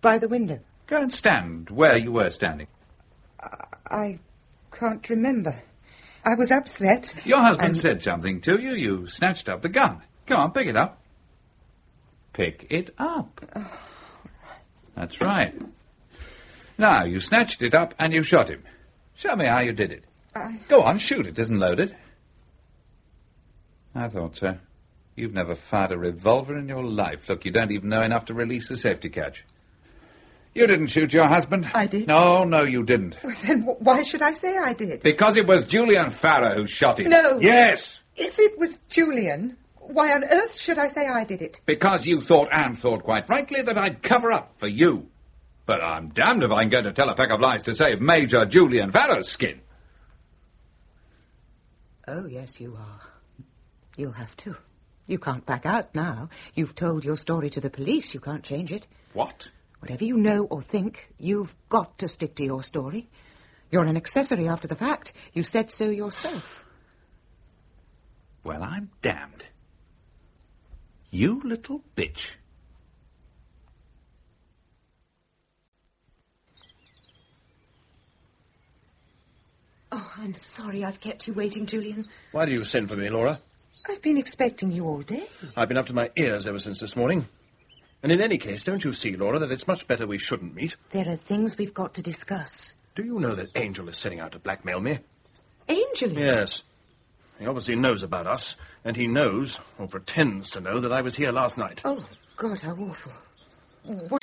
S5: by the window.
S4: Go and stand where you were standing.
S5: I can't remember. I was upset.
S4: Your husband said something to you. You snatched up the gun. Come on, pick it up. Pick it up. That's right. Now, you snatched it up and you shot him. Show me how you did it.
S5: I-
S4: Go on, shoot. It isn't loaded. I thought so. You've never fired a revolver in your life. Look, you don't even know enough to release a safety catch. You didn't shoot your husband. I did. No, no, you didn't.
S5: Well, then wh- why should I say I did?
S4: Because it was Julian Farrow who shot him.
S5: No.
S4: Yes.
S5: If it was Julian, why on earth should I say I did it?
S4: Because you thought, and thought quite rightly, that I'd cover up for you. But I'm damned if I'm going to tell a pack of lies to save Major Julian Farrow's skin.
S5: Oh, yes, you are. You'll have to. You can't back out now. You've told your story to the police. You can't change it.
S4: What?
S5: Whatever you know or think, you've got to stick to your story. You're an accessory after the fact. You said so yourself.
S4: Well, I'm damned. You little bitch.
S13: Oh, I'm sorry I've kept you waiting, Julian.
S9: Why do you send for me, Laura?
S13: I've been expecting you all day.
S9: I've been up to my ears ever since this morning. And in any case, don't you see, Laura, that it's much better we shouldn't meet?
S13: There are things we've got to discuss.
S9: Do you know that Angel is setting out to blackmail me?
S13: Angel is.
S9: Yes. He obviously knows about us, and he knows, or pretends to know, that I was here last night.
S5: Oh, God, how awful. What?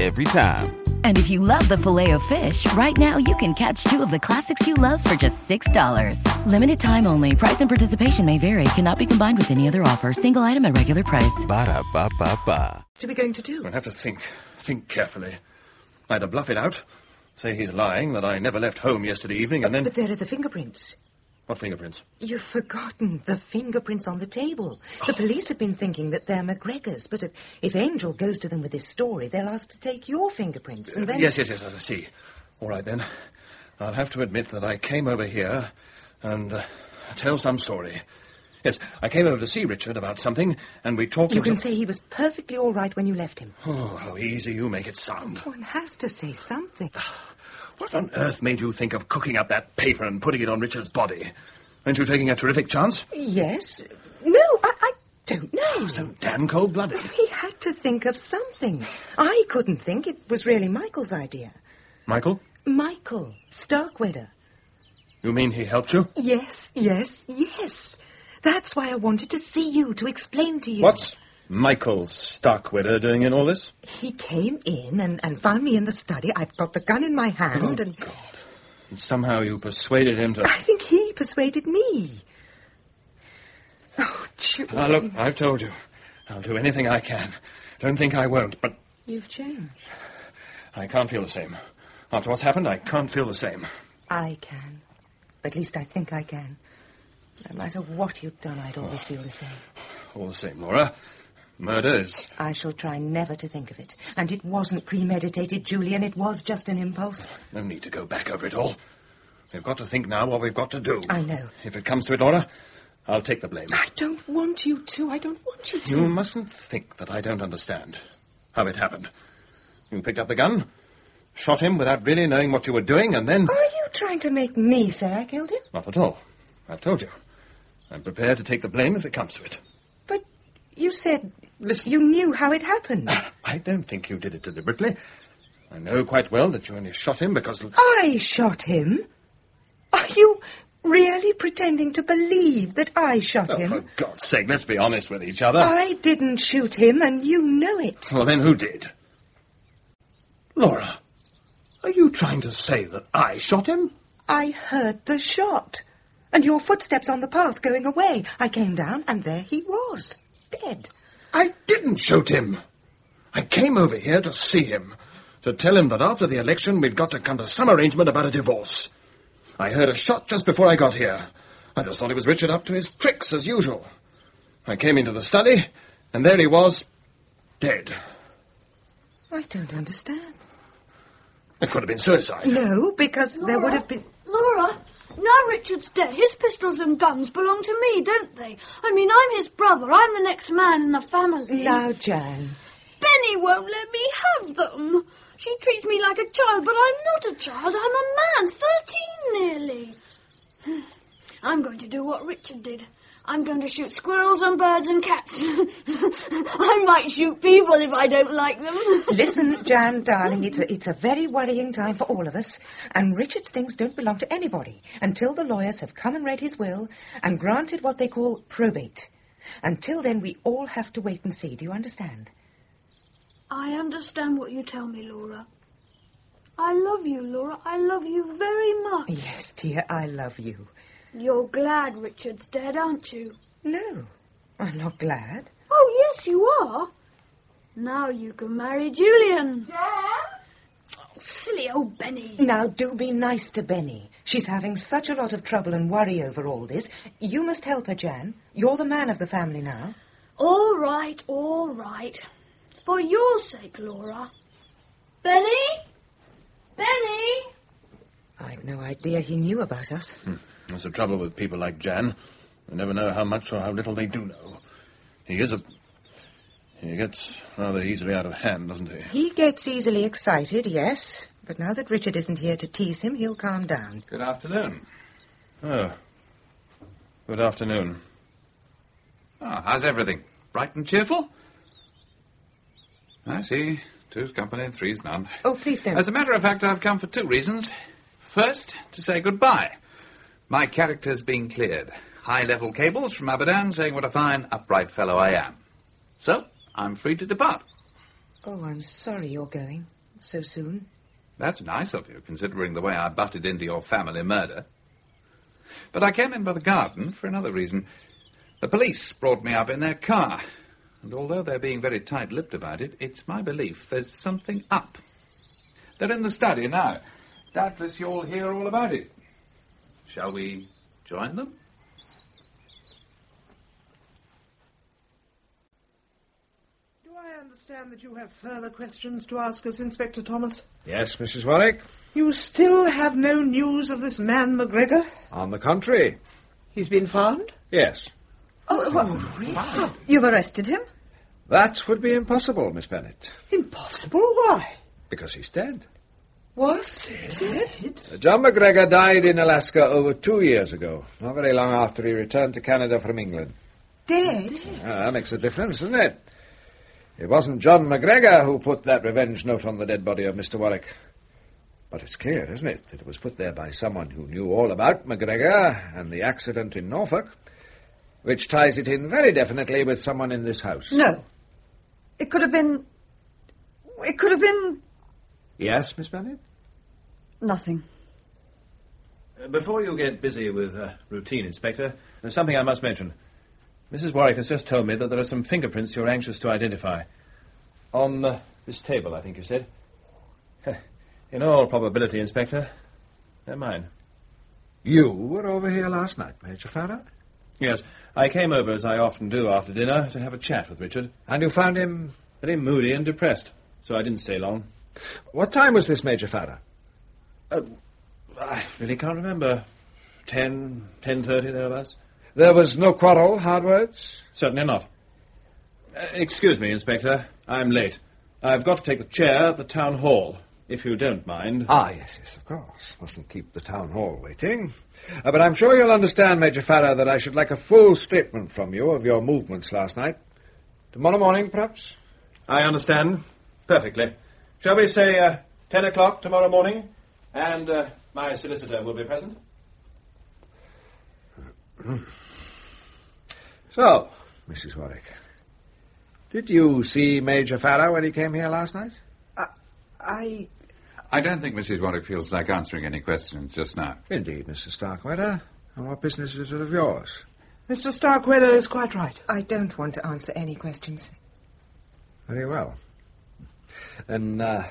S14: Every time.
S15: And if you love the filet of fish, right now you can catch two of the classics you love for just $6. Limited time only. Price and participation may vary. Cannot be combined with any other offer. Single item at regular price.
S14: Ba-da-ba-ba-ba.
S13: What are we going to do?
S9: We'll have to think. Think carefully. Either bluff it out, say he's lying, that I never left home yesterday evening, and then.
S13: But there are the fingerprints.
S9: What fingerprints?
S13: You've forgotten the fingerprints on the table. The
S9: Oh.
S13: police have been thinking that they're McGregor's, but if, if Angel goes to them with this story, they'll ask to take your fingerprints, and then.
S9: Yes, yes, yes, I see. All right, then. I'll have to admit that I came over here and uh, tell some story. Yes, I came over to see Richard about something, and we talked.
S13: You
S9: until-
S13: can say he was perfectly all right when you left him.
S9: Oh, how easy you make it sound.
S13: One has to say something.
S9: What on earth made you think of cooking up that paper and putting it on Richard's body? Aren't you taking a terrific chance?
S13: Yes. No, I, I don't know.
S9: Oh, So damn cold blooded.
S13: He had to think of something. I couldn't think. It was really Michael's idea.
S9: Michael,
S13: Michael, Starkweather.
S9: you mean he helped you?
S13: Yes, yes, yes. That's why I wanted to see you, to explain to you.
S9: What's Michael Starkweather doing in all this?
S13: He came in and, and found me in the study. I've got the gun in my hand, and
S9: And somehow you persuaded him to.
S13: I think he persuaded me. Oh, Julian.
S9: Now, look, I've told you. I'll do anything I can. Don't think I won't, but
S13: You've changed.
S9: I can't feel the same. After what's happened, I can't feel the same.
S13: I can. At least I think I can. No matter what you've done, I'd always feel the same.
S9: All the same, Laura. Murder is.
S13: I shall try never to think of it. And it wasn't premeditated, Julian. It was just an impulse.
S9: No need to go back over it all. We've got to think now what we've got to do.
S5: I know.
S9: If it comes to it, Laura, I'll take the blame.
S10: I don't want you to. I don't want you to.
S9: You mustn't think that I don't understand how it happened. You picked up the gun, shot him without really knowing what you were doing, and then.
S5: Are you trying to make me say I killed him?
S9: Not at all. I've told you. I'm prepared to take the blame if it comes to it.
S5: You said you knew how it happened.
S9: I don't think you did it deliberately. I know quite well that you only shot him because.
S5: I shot him. Are you really pretending to believe that I shot
S9: Oh,
S5: him?
S9: for God's sake, let's be honest with each other.
S5: I didn't shoot him, and you know it.
S9: Well, then who did? Laura, are you trying to say that I shot him?
S5: I heard the shot. And your footsteps on the path going away. I came down, and there he was, dead.
S9: I didn't shoot him. I came over here to see him, to tell him that after the election we'd got to come to some arrangement about a divorce. I heard a shot just before I got here. I just thought it was Richard up to his tricks as usual. I came into the study, and there he was, dead.
S5: I don't understand.
S9: It could have been suicide.
S5: No, because there would have been.
S12: Laura, now Richard's dead, his pistols and guns belong to me, don't they? I mean, I'm his brother. I'm the next man in the family.
S5: Now, Jan.
S12: Benny won't let me have them. She treats me like a child, but I'm not a child. I'm a man, 13 nearly. I'm going to do what Richard did. I'm going to shoot squirrels and birds and cats. I might shoot people if I don't like them.
S5: Listen, Jan, darling, it's a, it's a very worrying time for all of us, and Richard's things don't belong to anybody until the lawyers have come and read his will and granted what they call probate. Until then, we all have to wait and see. Do you understand?
S12: I understand what you tell me, Laura. I love you, Laura. I love you very much.
S5: Yes, dear, I love you.
S12: You're glad Richard's dead, aren't you?
S5: No, I'm not glad.
S12: Oh, yes, you are. Now you can marry Julian. Yeah? silly old Benny.
S5: Now, do be nice to Benny. She's having such a lot of trouble and worry over all this. You must help her, Jan. You're the man of the family now.
S12: All right, all right. For your sake, Laura. Benny? Benny?
S5: I'd no idea he knew about us.
S9: That's the trouble with people like Jan. You never know how much or how little they do know. He is a. He gets rather easily out of hand, doesn't he?
S5: He gets easily excited, yes. But now that Richard isn't here to tease him, he'll calm down.
S4: Good afternoon.
S9: Oh. Good afternoon.
S4: Ah, how's everything? Bright and cheerful? I see. Two's company and three's none.
S5: Oh, please don't.
S4: As a matter of fact, I've come for two reasons. First, to say goodbye. My character's been cleared. High level cables from Abadan saying what a fine, upright fellow I am. So, I'm free to depart.
S5: Oh, I'm sorry you're going so soon.
S4: That's nice of you, considering the way I butted into your family murder. But I came in by the garden for another reason. The police brought me up in their car, and although they're being very tight lipped about it, it's my belief there's something up. They're in the study now. Doubtless you'll hear all about it. Shall we join them?
S11: Do I understand that you have further questions to ask us, Inspector Thomas?
S6: Yes, Mrs. Warwick.
S11: You still have no news of this man, McGregor?
S6: On the contrary.
S11: He's been found?
S6: Yes.
S10: Oh, well,
S11: really?
S10: You've arrested him?
S6: That would be impossible, Miss Bennet,
S11: Impossible? Why?
S6: because he's dead.
S11: Was dead?
S6: Uh, John McGregor died in Alaska over two years ago, not very long after he returned to Canada from England.
S10: Dead?
S6: Ah, that makes a difference, doesn't it? It wasn't John McGregor who put that revenge note on the dead body of Mr. Warwick. But it's clear, isn't it, that it was put there by someone who knew all about McGregor and the accident in Norfolk, which ties it in very definitely with someone in this house.
S10: No. It could have been. It could have been
S6: Yes, Miss Bennet?
S10: nothing.
S9: Uh, Before you get busy with uh, routine, Inspector, there's something I must mention. Mrs. Warwick has just told me that there are some fingerprints you're anxious to identify. On uh, this table, I think you said. In all probability, Inspector, they're mine.
S6: You were over here last night, Major Farrer.
S9: Yes, I came over, as I often do after dinner, to have a chat with Richard.
S6: And you found him?
S9: Very moody and depressed, so I didn't stay long.
S6: What time was this, Major Farrer?
S9: Uh, I really can't remember. Ten, ten thirty, thereabouts.
S6: There was no quarrel, Hardwords?
S9: Certainly not. Uh, excuse me, Inspector. I'm late. I've got to take the chair at the town hall, if you don't mind.
S6: Ah, yes, yes, of course. Mustn't keep the town hall waiting. Uh, but I'm sure you'll understand, Major Farrar, that I should like a full statement from you of your movements last night. Tomorrow morning, perhaps?
S9: I understand. Perfectly. Shall we say uh, ten o'clock tomorrow morning? And uh, my solicitor will be present.
S6: So, Mrs. Warwick, did you see Major Farrar when he came here last night?
S16: I.
S4: I don't think Mrs. Warwick feels like answering any questions just now.
S6: Indeed, Mr. Starkweather. And what business is it of yours?
S11: Mr. Starkweather is quite right.
S5: I don't want to answer any questions.
S6: Very well. Then, uh,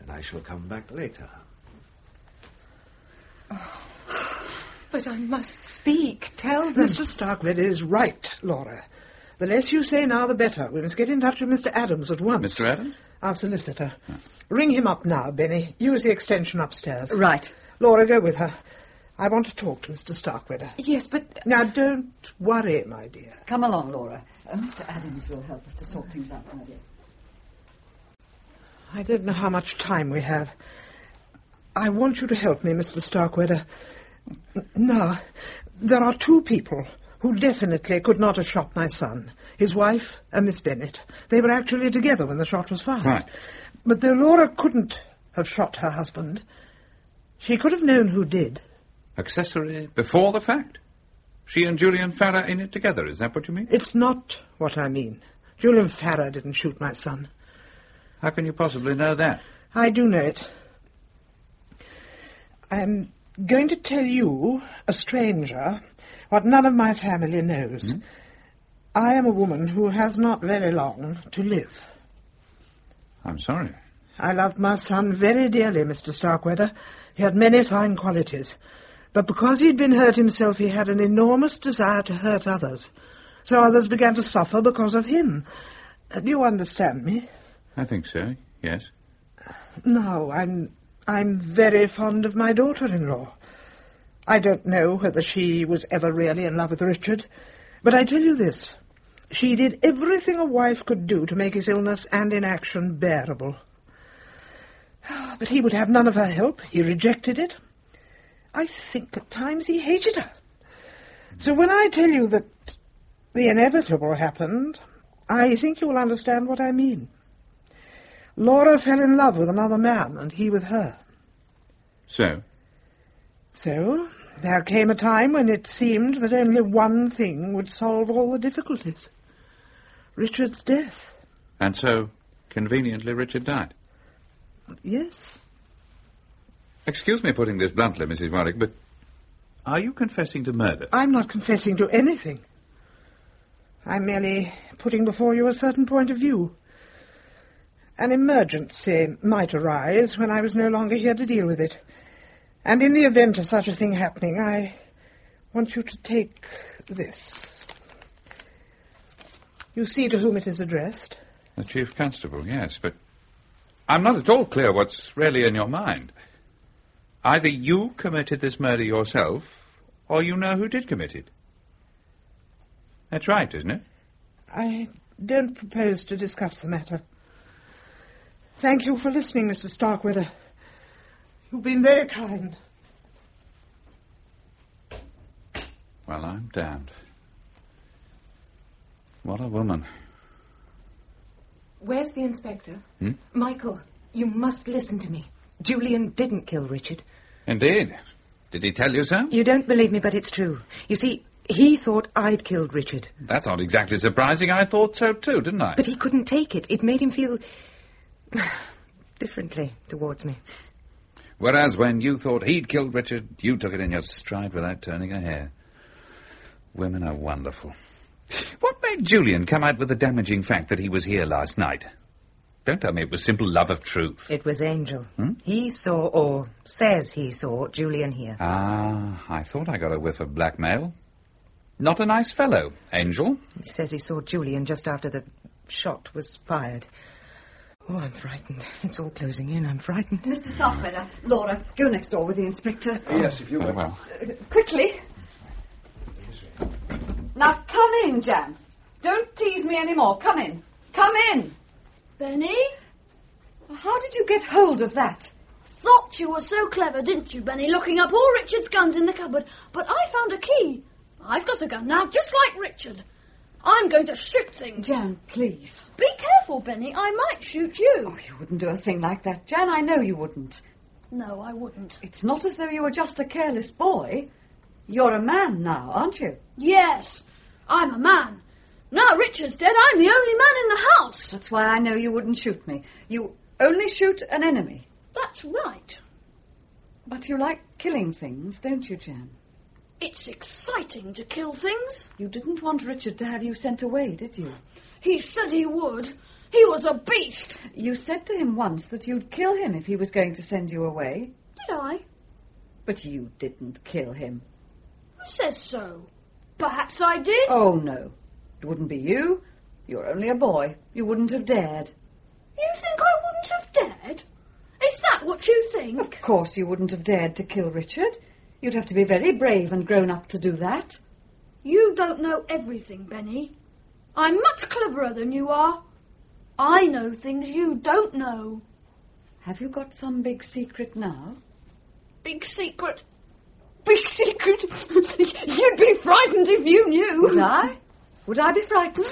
S6: then I shall come back later.
S5: But I must speak. Tell them.
S11: Mr. Starkweather is right, Laura. The less you say now, the better. We must get in touch with Mr. Adams at once.
S4: Mr. Adams?
S11: Our solicitor. Ring him up now, Benny. Use the extension upstairs.
S10: Right.
S11: Laura, go with her. I want to talk to Mr. Starkweather.
S10: Yes, but.
S11: Now, don't worry, my dear.
S10: Come along, Laura. Uh, Mr. Adams will help us to sort things out, my dear.
S11: I don't know how much time we have. I want you to help me, Mr. Starkweather. N- Now, there are two people who definitely could not have shot my son his wife and Miss Bennett. They were actually together when the shot was fired.
S4: Right.
S11: But though Laura couldn't have shot her husband, she could have known who did.
S4: Accessory before the fact? She and Julian Farrar in it together, is that what you mean?
S11: It's not what I mean. Julian Farrar didn't shoot my son.
S4: How can you possibly know that?
S11: I do know it. I'm going to tell you, a stranger, what none of my family knows.
S4: Hmm?
S11: I am a woman who has not very long to live.
S4: I'm sorry.
S11: I loved my son very dearly, Mr. Starkweather. He had many fine qualities. But because he'd been hurt himself, he had an enormous desire to hurt others. So others began to suffer because of him. Uh, Do you understand me?
S4: I think so, yes.
S11: No, I'm I'm very fond of my daughter-in-law. I don't know whether she was ever really in love with Richard, but I tell you this. She did everything a wife could do to make his illness and inaction bearable. But he would have none of her help. He rejected it. I think at times he hated her. So when I tell you that the inevitable happened, I think you will understand what I mean. Laura fell in love with another man, and he with her.
S4: So,
S11: So there came a time when it seemed that only one thing would solve all the difficulties Richard's death.
S4: and so, conveniently, Richard died.
S11: Yes.
S4: Excuse me putting this bluntly, Mrs. Warwick, but are you confessing to murder?
S11: I'm not confessing to anything. I'm merely putting before you a certain point of view. An emergency might arise when I was no longer here to deal with it. And in the event of such a thing happening, I want you to take this. You see to whom it is addressed.
S4: The chief constable, yes, but I'm not at all clear what's really in your mind. Either you committed this murder yourself, or you know who did commit it. That's right, isn't it?
S11: I don't propose to discuss the matter. Thank you for listening, Mr. Starkweather. You've been very kind.
S4: Well, I'm damned. What a woman.
S5: Where's the inspector?
S4: Hmm?
S5: Michael, you must listen to me. Julian didn't kill Richard.
S4: Indeed. Did he tell you so?
S5: You don't believe me, but it's true. You see, he thought I'd killed Richard,
S4: That's not exactly surprising. I thought so too, didn't I?
S5: but he couldn't take it. It made him feel differently towards me.
S4: Whereas when you thought he'd killed Richard, you took it in your stride without turning a hair. Women are wonderful. What made Julian come out with the damaging fact that he was here last night? Don't tell me it was simple love of truth.
S5: It was Angel. He saw, or says he saw, Julian here.
S4: Ah, I thought I got a whiff of blackmail. Not a nice fellow, Angel.
S5: He says he saw Julian just after the shot was fired.
S13: Oh, I'm frightened. It's all closing in. I'm frightened.
S10: Mr. Starkweather, Laura, go next door with the inspector.
S7: Yes, if you Very well.
S10: Uh, quickly. Now come in, Jan. Don't tease me anymore. Come in. Come in.
S12: Benny?
S10: How did you get hold of that?
S12: Thought you were so clever, didn't you, Benny? Looking up all Richard's guns in the cupboard. But I found a key. I've got a gun now, just like Richard. I'm going to shoot things.
S10: Jan, please.
S12: Be careful, Benny. I might shoot you.
S10: Oh, you wouldn't do a thing like that, Jan. I know you wouldn't.
S12: No, I wouldn't.
S10: It's not as though you were just a careless boy. You're a man now, aren't you?
S12: Yes, I'm a man. Now Richard's dead, I'm the only man in the house.
S10: That's why I know you wouldn't shoot me. You only shoot an enemy.
S12: That's right.
S10: But you like killing things, don't you, Jan?
S12: It's exciting to kill things.
S10: You didn't want Richard to have you sent away, did you?
S12: He said he would. He was a beast.
S10: You said to him once that you'd kill him if he was going to send you away.
S12: Did I?
S10: But you didn't kill him.
S12: Who says so? Perhaps I did.
S10: Oh, no. It wouldn't be you. You're only a boy. You wouldn't have dared.
S12: You think I wouldn't have dared? Is that what you think?
S10: Of course you wouldn't have dared to kill Richard. You'd have to be very brave and grown up to do that.
S12: You don't know everything, Benny. I'm much cleverer than you are. I know things you don't know.
S10: Have you got some big secret now?
S12: Big secret? Big secret? You'd be frightened if you knew.
S10: Would I? Would I be frightened?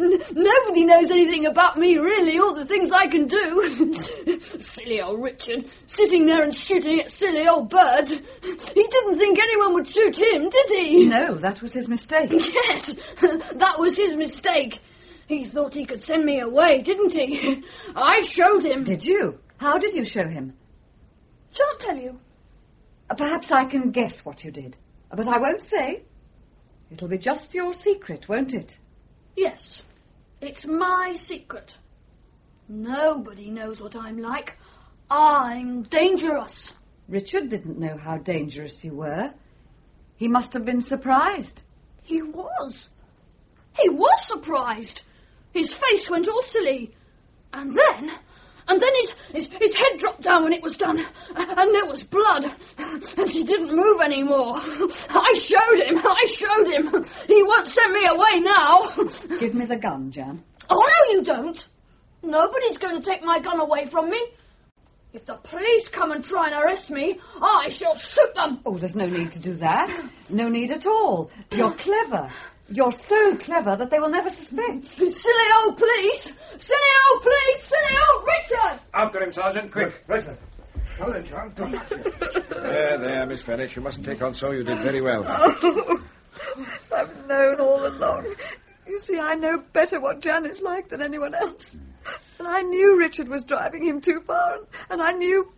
S12: N- nobody knows anything about me, really, or the things I can do. silly old Richard, sitting there and shooting at silly old birds. He didn't think anyone would shoot him, did he?
S10: No, that was his mistake.
S12: yes, that was his mistake. He thought he could send me away, didn't he? I showed him.
S10: Did you? How did you show him? Uh,
S12: Shan't tell you.
S10: Perhaps I can guess what you did, Uh, but I won't say. It'll be just your secret, won't it?
S12: Yes, it's my secret. Nobody knows what I'm like. I'm dangerous.
S10: Richard didn't know how dangerous you were. He must have been surprised.
S12: He was. He was surprised. His face went all silly. And then, and then his, his, his head dropped down when it was done, and there was blood, and he didn't move anymore. I showed him, I showed him. He won't send me away now.
S10: Give me the gun, Jan.
S12: Oh, no, you don't. Nobody's going to take my gun away from me. If the police come and try and arrest me, I shall shoot them.
S10: Oh, there's no need to do that. No need at all. You're clever. You're so clever that they will never suspect.
S12: Silly old police! Silly old police! Silly old Richard!
S7: After him, Sergeant, quick.
S8: Right, right Come then, John, come back here.
S7: there, there, Miss Fennish, you mustn't take on so. You did very well.
S2: Oh, I've known all along. You see, I know better what Jan is like than anyone else. And I knew Richard was driving him too far, and, and I knew.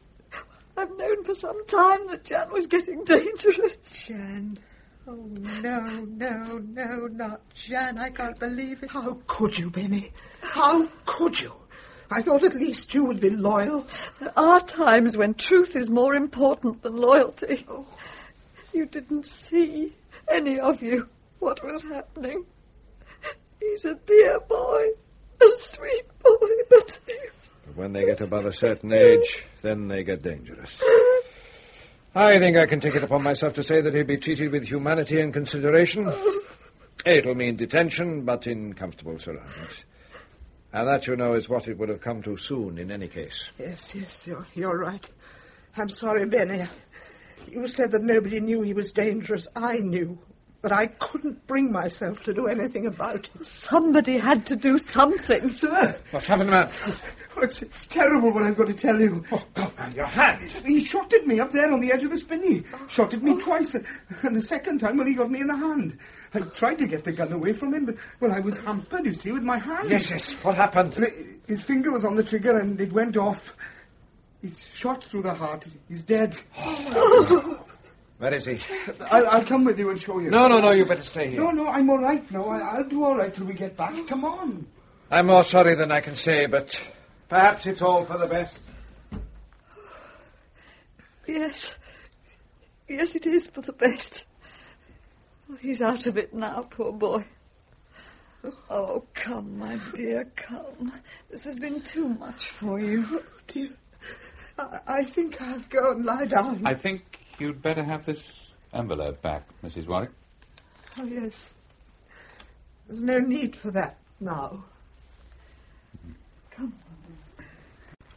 S2: I've known for some time that Jan was getting dangerous.
S5: Jan. Oh, no, no, no, not Jan. I can't believe it.
S11: How could you, Benny? How could you? I thought at least you would be loyal.
S2: There are times when truth is more important than loyalty. Oh. You didn't see, any of you, what was happening. He's a dear boy, a sweet boy, but.
S6: When they get above a certain age, then they get dangerous. I think I can take it upon myself to say that he'll be treated with humanity and consideration. It'll mean detention, but in comfortable surroundings. And that, you know, is what it would have come to soon in any case.
S11: Yes, yes, you're, you're right. I'm sorry, Benny. You said that nobody knew he was dangerous. I knew. But I couldn't bring myself to do anything about it.
S2: Somebody had to do something.
S7: Sir! What's happened, man?
S8: Oh, it's, it's terrible what I've got to tell you.
S7: Oh, God, man, your hand!
S8: He shot at me up there on the edge of the spinney. Shot at me twice, and the second time when he got me in the hand. I tried to get the gun away from him, but, well, I was hampered, you see, with my hand.
S7: Yes, yes, what happened?
S8: His finger was on the trigger and it went off. He's shot through the heart. He's dead.
S7: Where is he?
S8: I'll, I'll, come with you and show you.
S7: No, no, no, you better stay here.
S8: No, no, I'm all right now. I, will do all right till we get back. Come on.
S7: I'm more sorry than I can say, but perhaps it's all for the best.
S2: Yes. Yes, it is for the best. He's out of it now, poor boy. Oh, come, my dear, come. This has been too much for you. Oh, dear.
S5: I, I think I'll go and lie down.
S4: I think you'd better have this envelope back, Mrs. Warwick.
S5: Oh, yes. There's no need for that now.
S2: Come.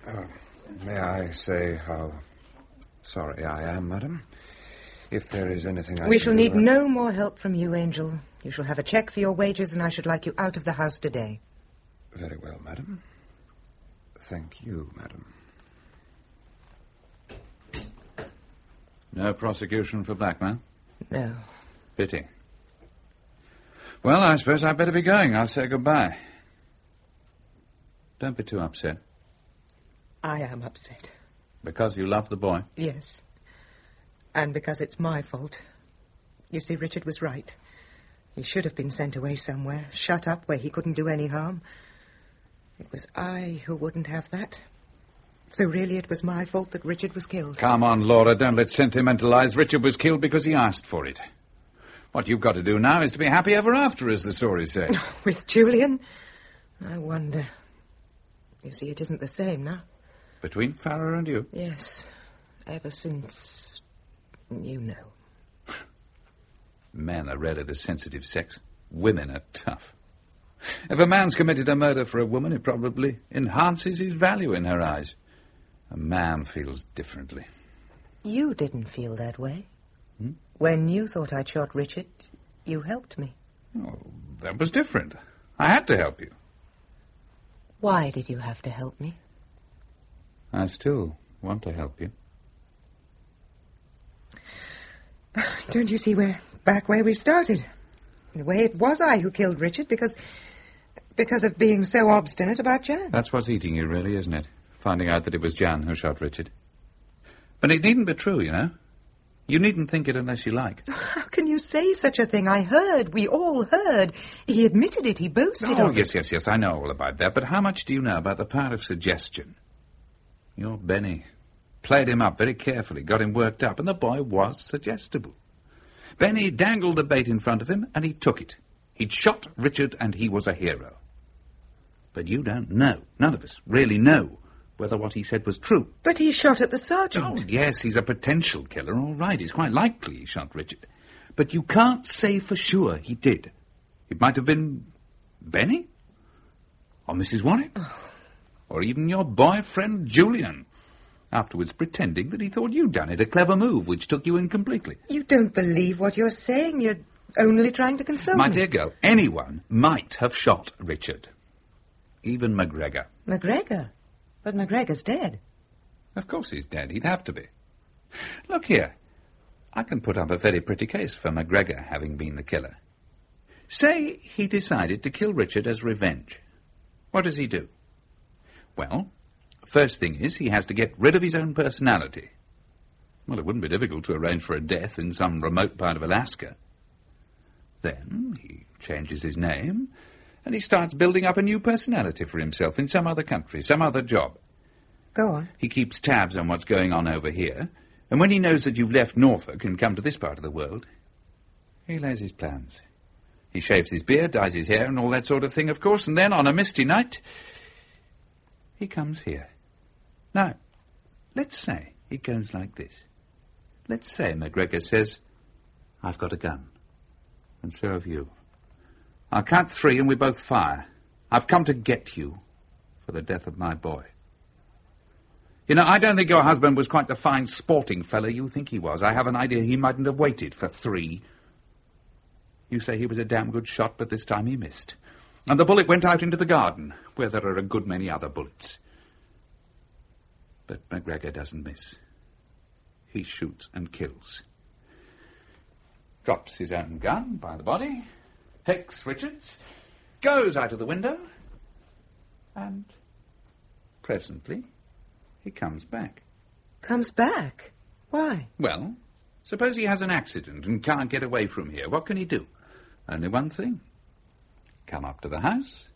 S7: Uh, may I say how sorry I am, madam? If there is anything I
S13: we
S7: can
S13: shall
S7: do,
S13: need
S7: I-
S13: no more help from you, Angel. You shall have a cheque for your wages, and I should like you out of the house today.
S7: Very well, madam. Thank you, madam.
S4: No prosecution for blackmail?
S13: No.
S4: Pity. Well, I suppose I'd better be going. I'll say goodbye. Don't be too upset.
S5: I am upset.
S4: Because you love the boy.
S5: Yes. And because it's my fault. You see, Richard was right. He should have been sent away somewhere, shut up where he couldn't do any harm. It was I who wouldn't have that. So really, it was my fault that Richard was killed.
S4: Come on, Laura, don't let sentimentalize. Richard was killed because he asked for it. What you've got to do now is to be happy ever after, as the stories say.
S5: With Julian? I wonder. You see, it isn't the same now.
S4: Between Farrer and you.
S5: Yes. Ever since. You know.
S4: Men are rarely the sensitive sex. Women are tough. If a man's committed a murder for a woman, it probably enhances his value in her eyes. A man feels differently.
S13: You didn't feel that way.
S4: Hmm?
S13: When you thought I'd shot Richard, you helped me.
S4: That was different. I had to help you.
S13: Why did you have to help me?
S4: I still want to help you.
S5: Don't you see we're back where we started? In a way, it was I who killed Richard because. because of being so obstinate about Jan.
S4: That's what's eating you, really, isn't it? Finding out that it was Jan who shot Richard. But it needn't be true, you know. You needn't think it unless you like.
S13: How can you say such a thing? I heard. We all heard. He admitted it. He boasted
S4: oh,
S13: of it.
S4: yes, yes, yes, I know all about that. But how much do you know about the power of suggestion? Your Benny played him up very carefully, got him worked up, and the boy was suggestible. Benny dangled the bait in front of him, and he took it. He'd shot Richard, and he was a hero. But you don't know, none of us really know, whether what he said was true.
S5: But he shot at the sergeant.
S4: Yes, he's a potential killer, all right. It's quite likely he shot Richard. But you can't say for sure he did. It might have been Benny? Or Mrs. Warwick? Or even your boyfriend Julian. Afterwards pretending that he thought you'd done it, a clever move which took you in completely.
S5: You don't believe what you're saying. You're only trying to console
S4: My
S5: me.
S4: dear girl, anyone might have shot Richard. Even MacGregor.
S13: MacGregor. But MacGregor's dead.
S4: Of course he's dead. He'd have to be. Look here. I can put up a very pretty case for MacGregor having been the killer. Say he decided to kill Richard as revenge. What does he do? Well, first thing is he has to get rid of his own personality. Well, it wouldn't be difficult to arrange for a death in some remote part of Alaska. Then he changes his name and he starts building up a new personality for himself in some other country, some other job.
S5: Go on.
S4: He keeps tabs on what's going on over here, and when he knows that you've left Norfolk and come to this part of the world, he lays his plans. He shaves his beard, dyes his hair, and all that sort of thing, of course, and then on a misty night, he comes here. Now, let's say it goes like this. Let's say MacGregor says, I've got a gun, and so have you. I'll count three and we both fire. I've come to get you for the death of my boy. You know, I don't think your husband was quite the fine sporting fellow you think he was. I have an idea he mightn't have waited for three. You say he was a damn good shot, but this time he missed. And the bullet went out into the garden, where there are a good many other bullets. But MacGregor doesn't miss. He shoots and kills. Drops his own gun by the body, takes Richards, goes out of the window, and presently he comes back.
S5: Comes back? Why?
S4: Well, suppose he has an accident and can't get away from here. What can he do? Only one thing come up to the house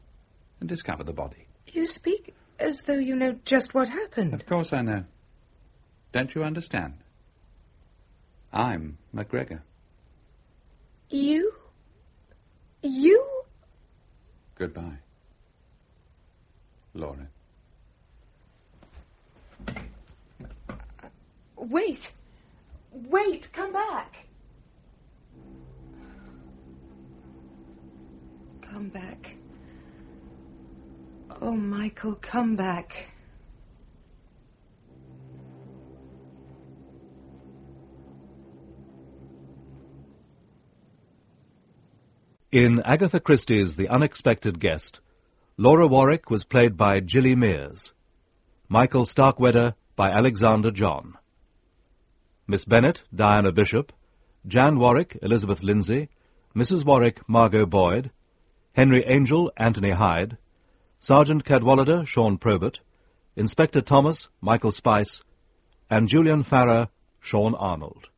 S4: and discover the body.
S5: You speak as though you know just what happened.
S4: Of course I know. Don't you understand? I'm MacGregor.
S5: You? You
S7: Goodbye. Laura.
S2: Wait! Wait! Come back!
S5: Come back. Oh, Michael, come back.
S3: In Agatha Christie's The Unexpected Guest, Laura Warwick was played by Jilly Mears, Michael Starkweather by Alexander John, Miss Bennett, Diana Bishop, Jan Warwick, Elizabeth Lindsay, Mrs. Warwick, Margot Boyd, Henry Angel, Anthony Hyde, Sergeant Cadwallader, Sean Probert, Inspector Thomas, Michael Spice, and Julian Farrar, Sean Arnold.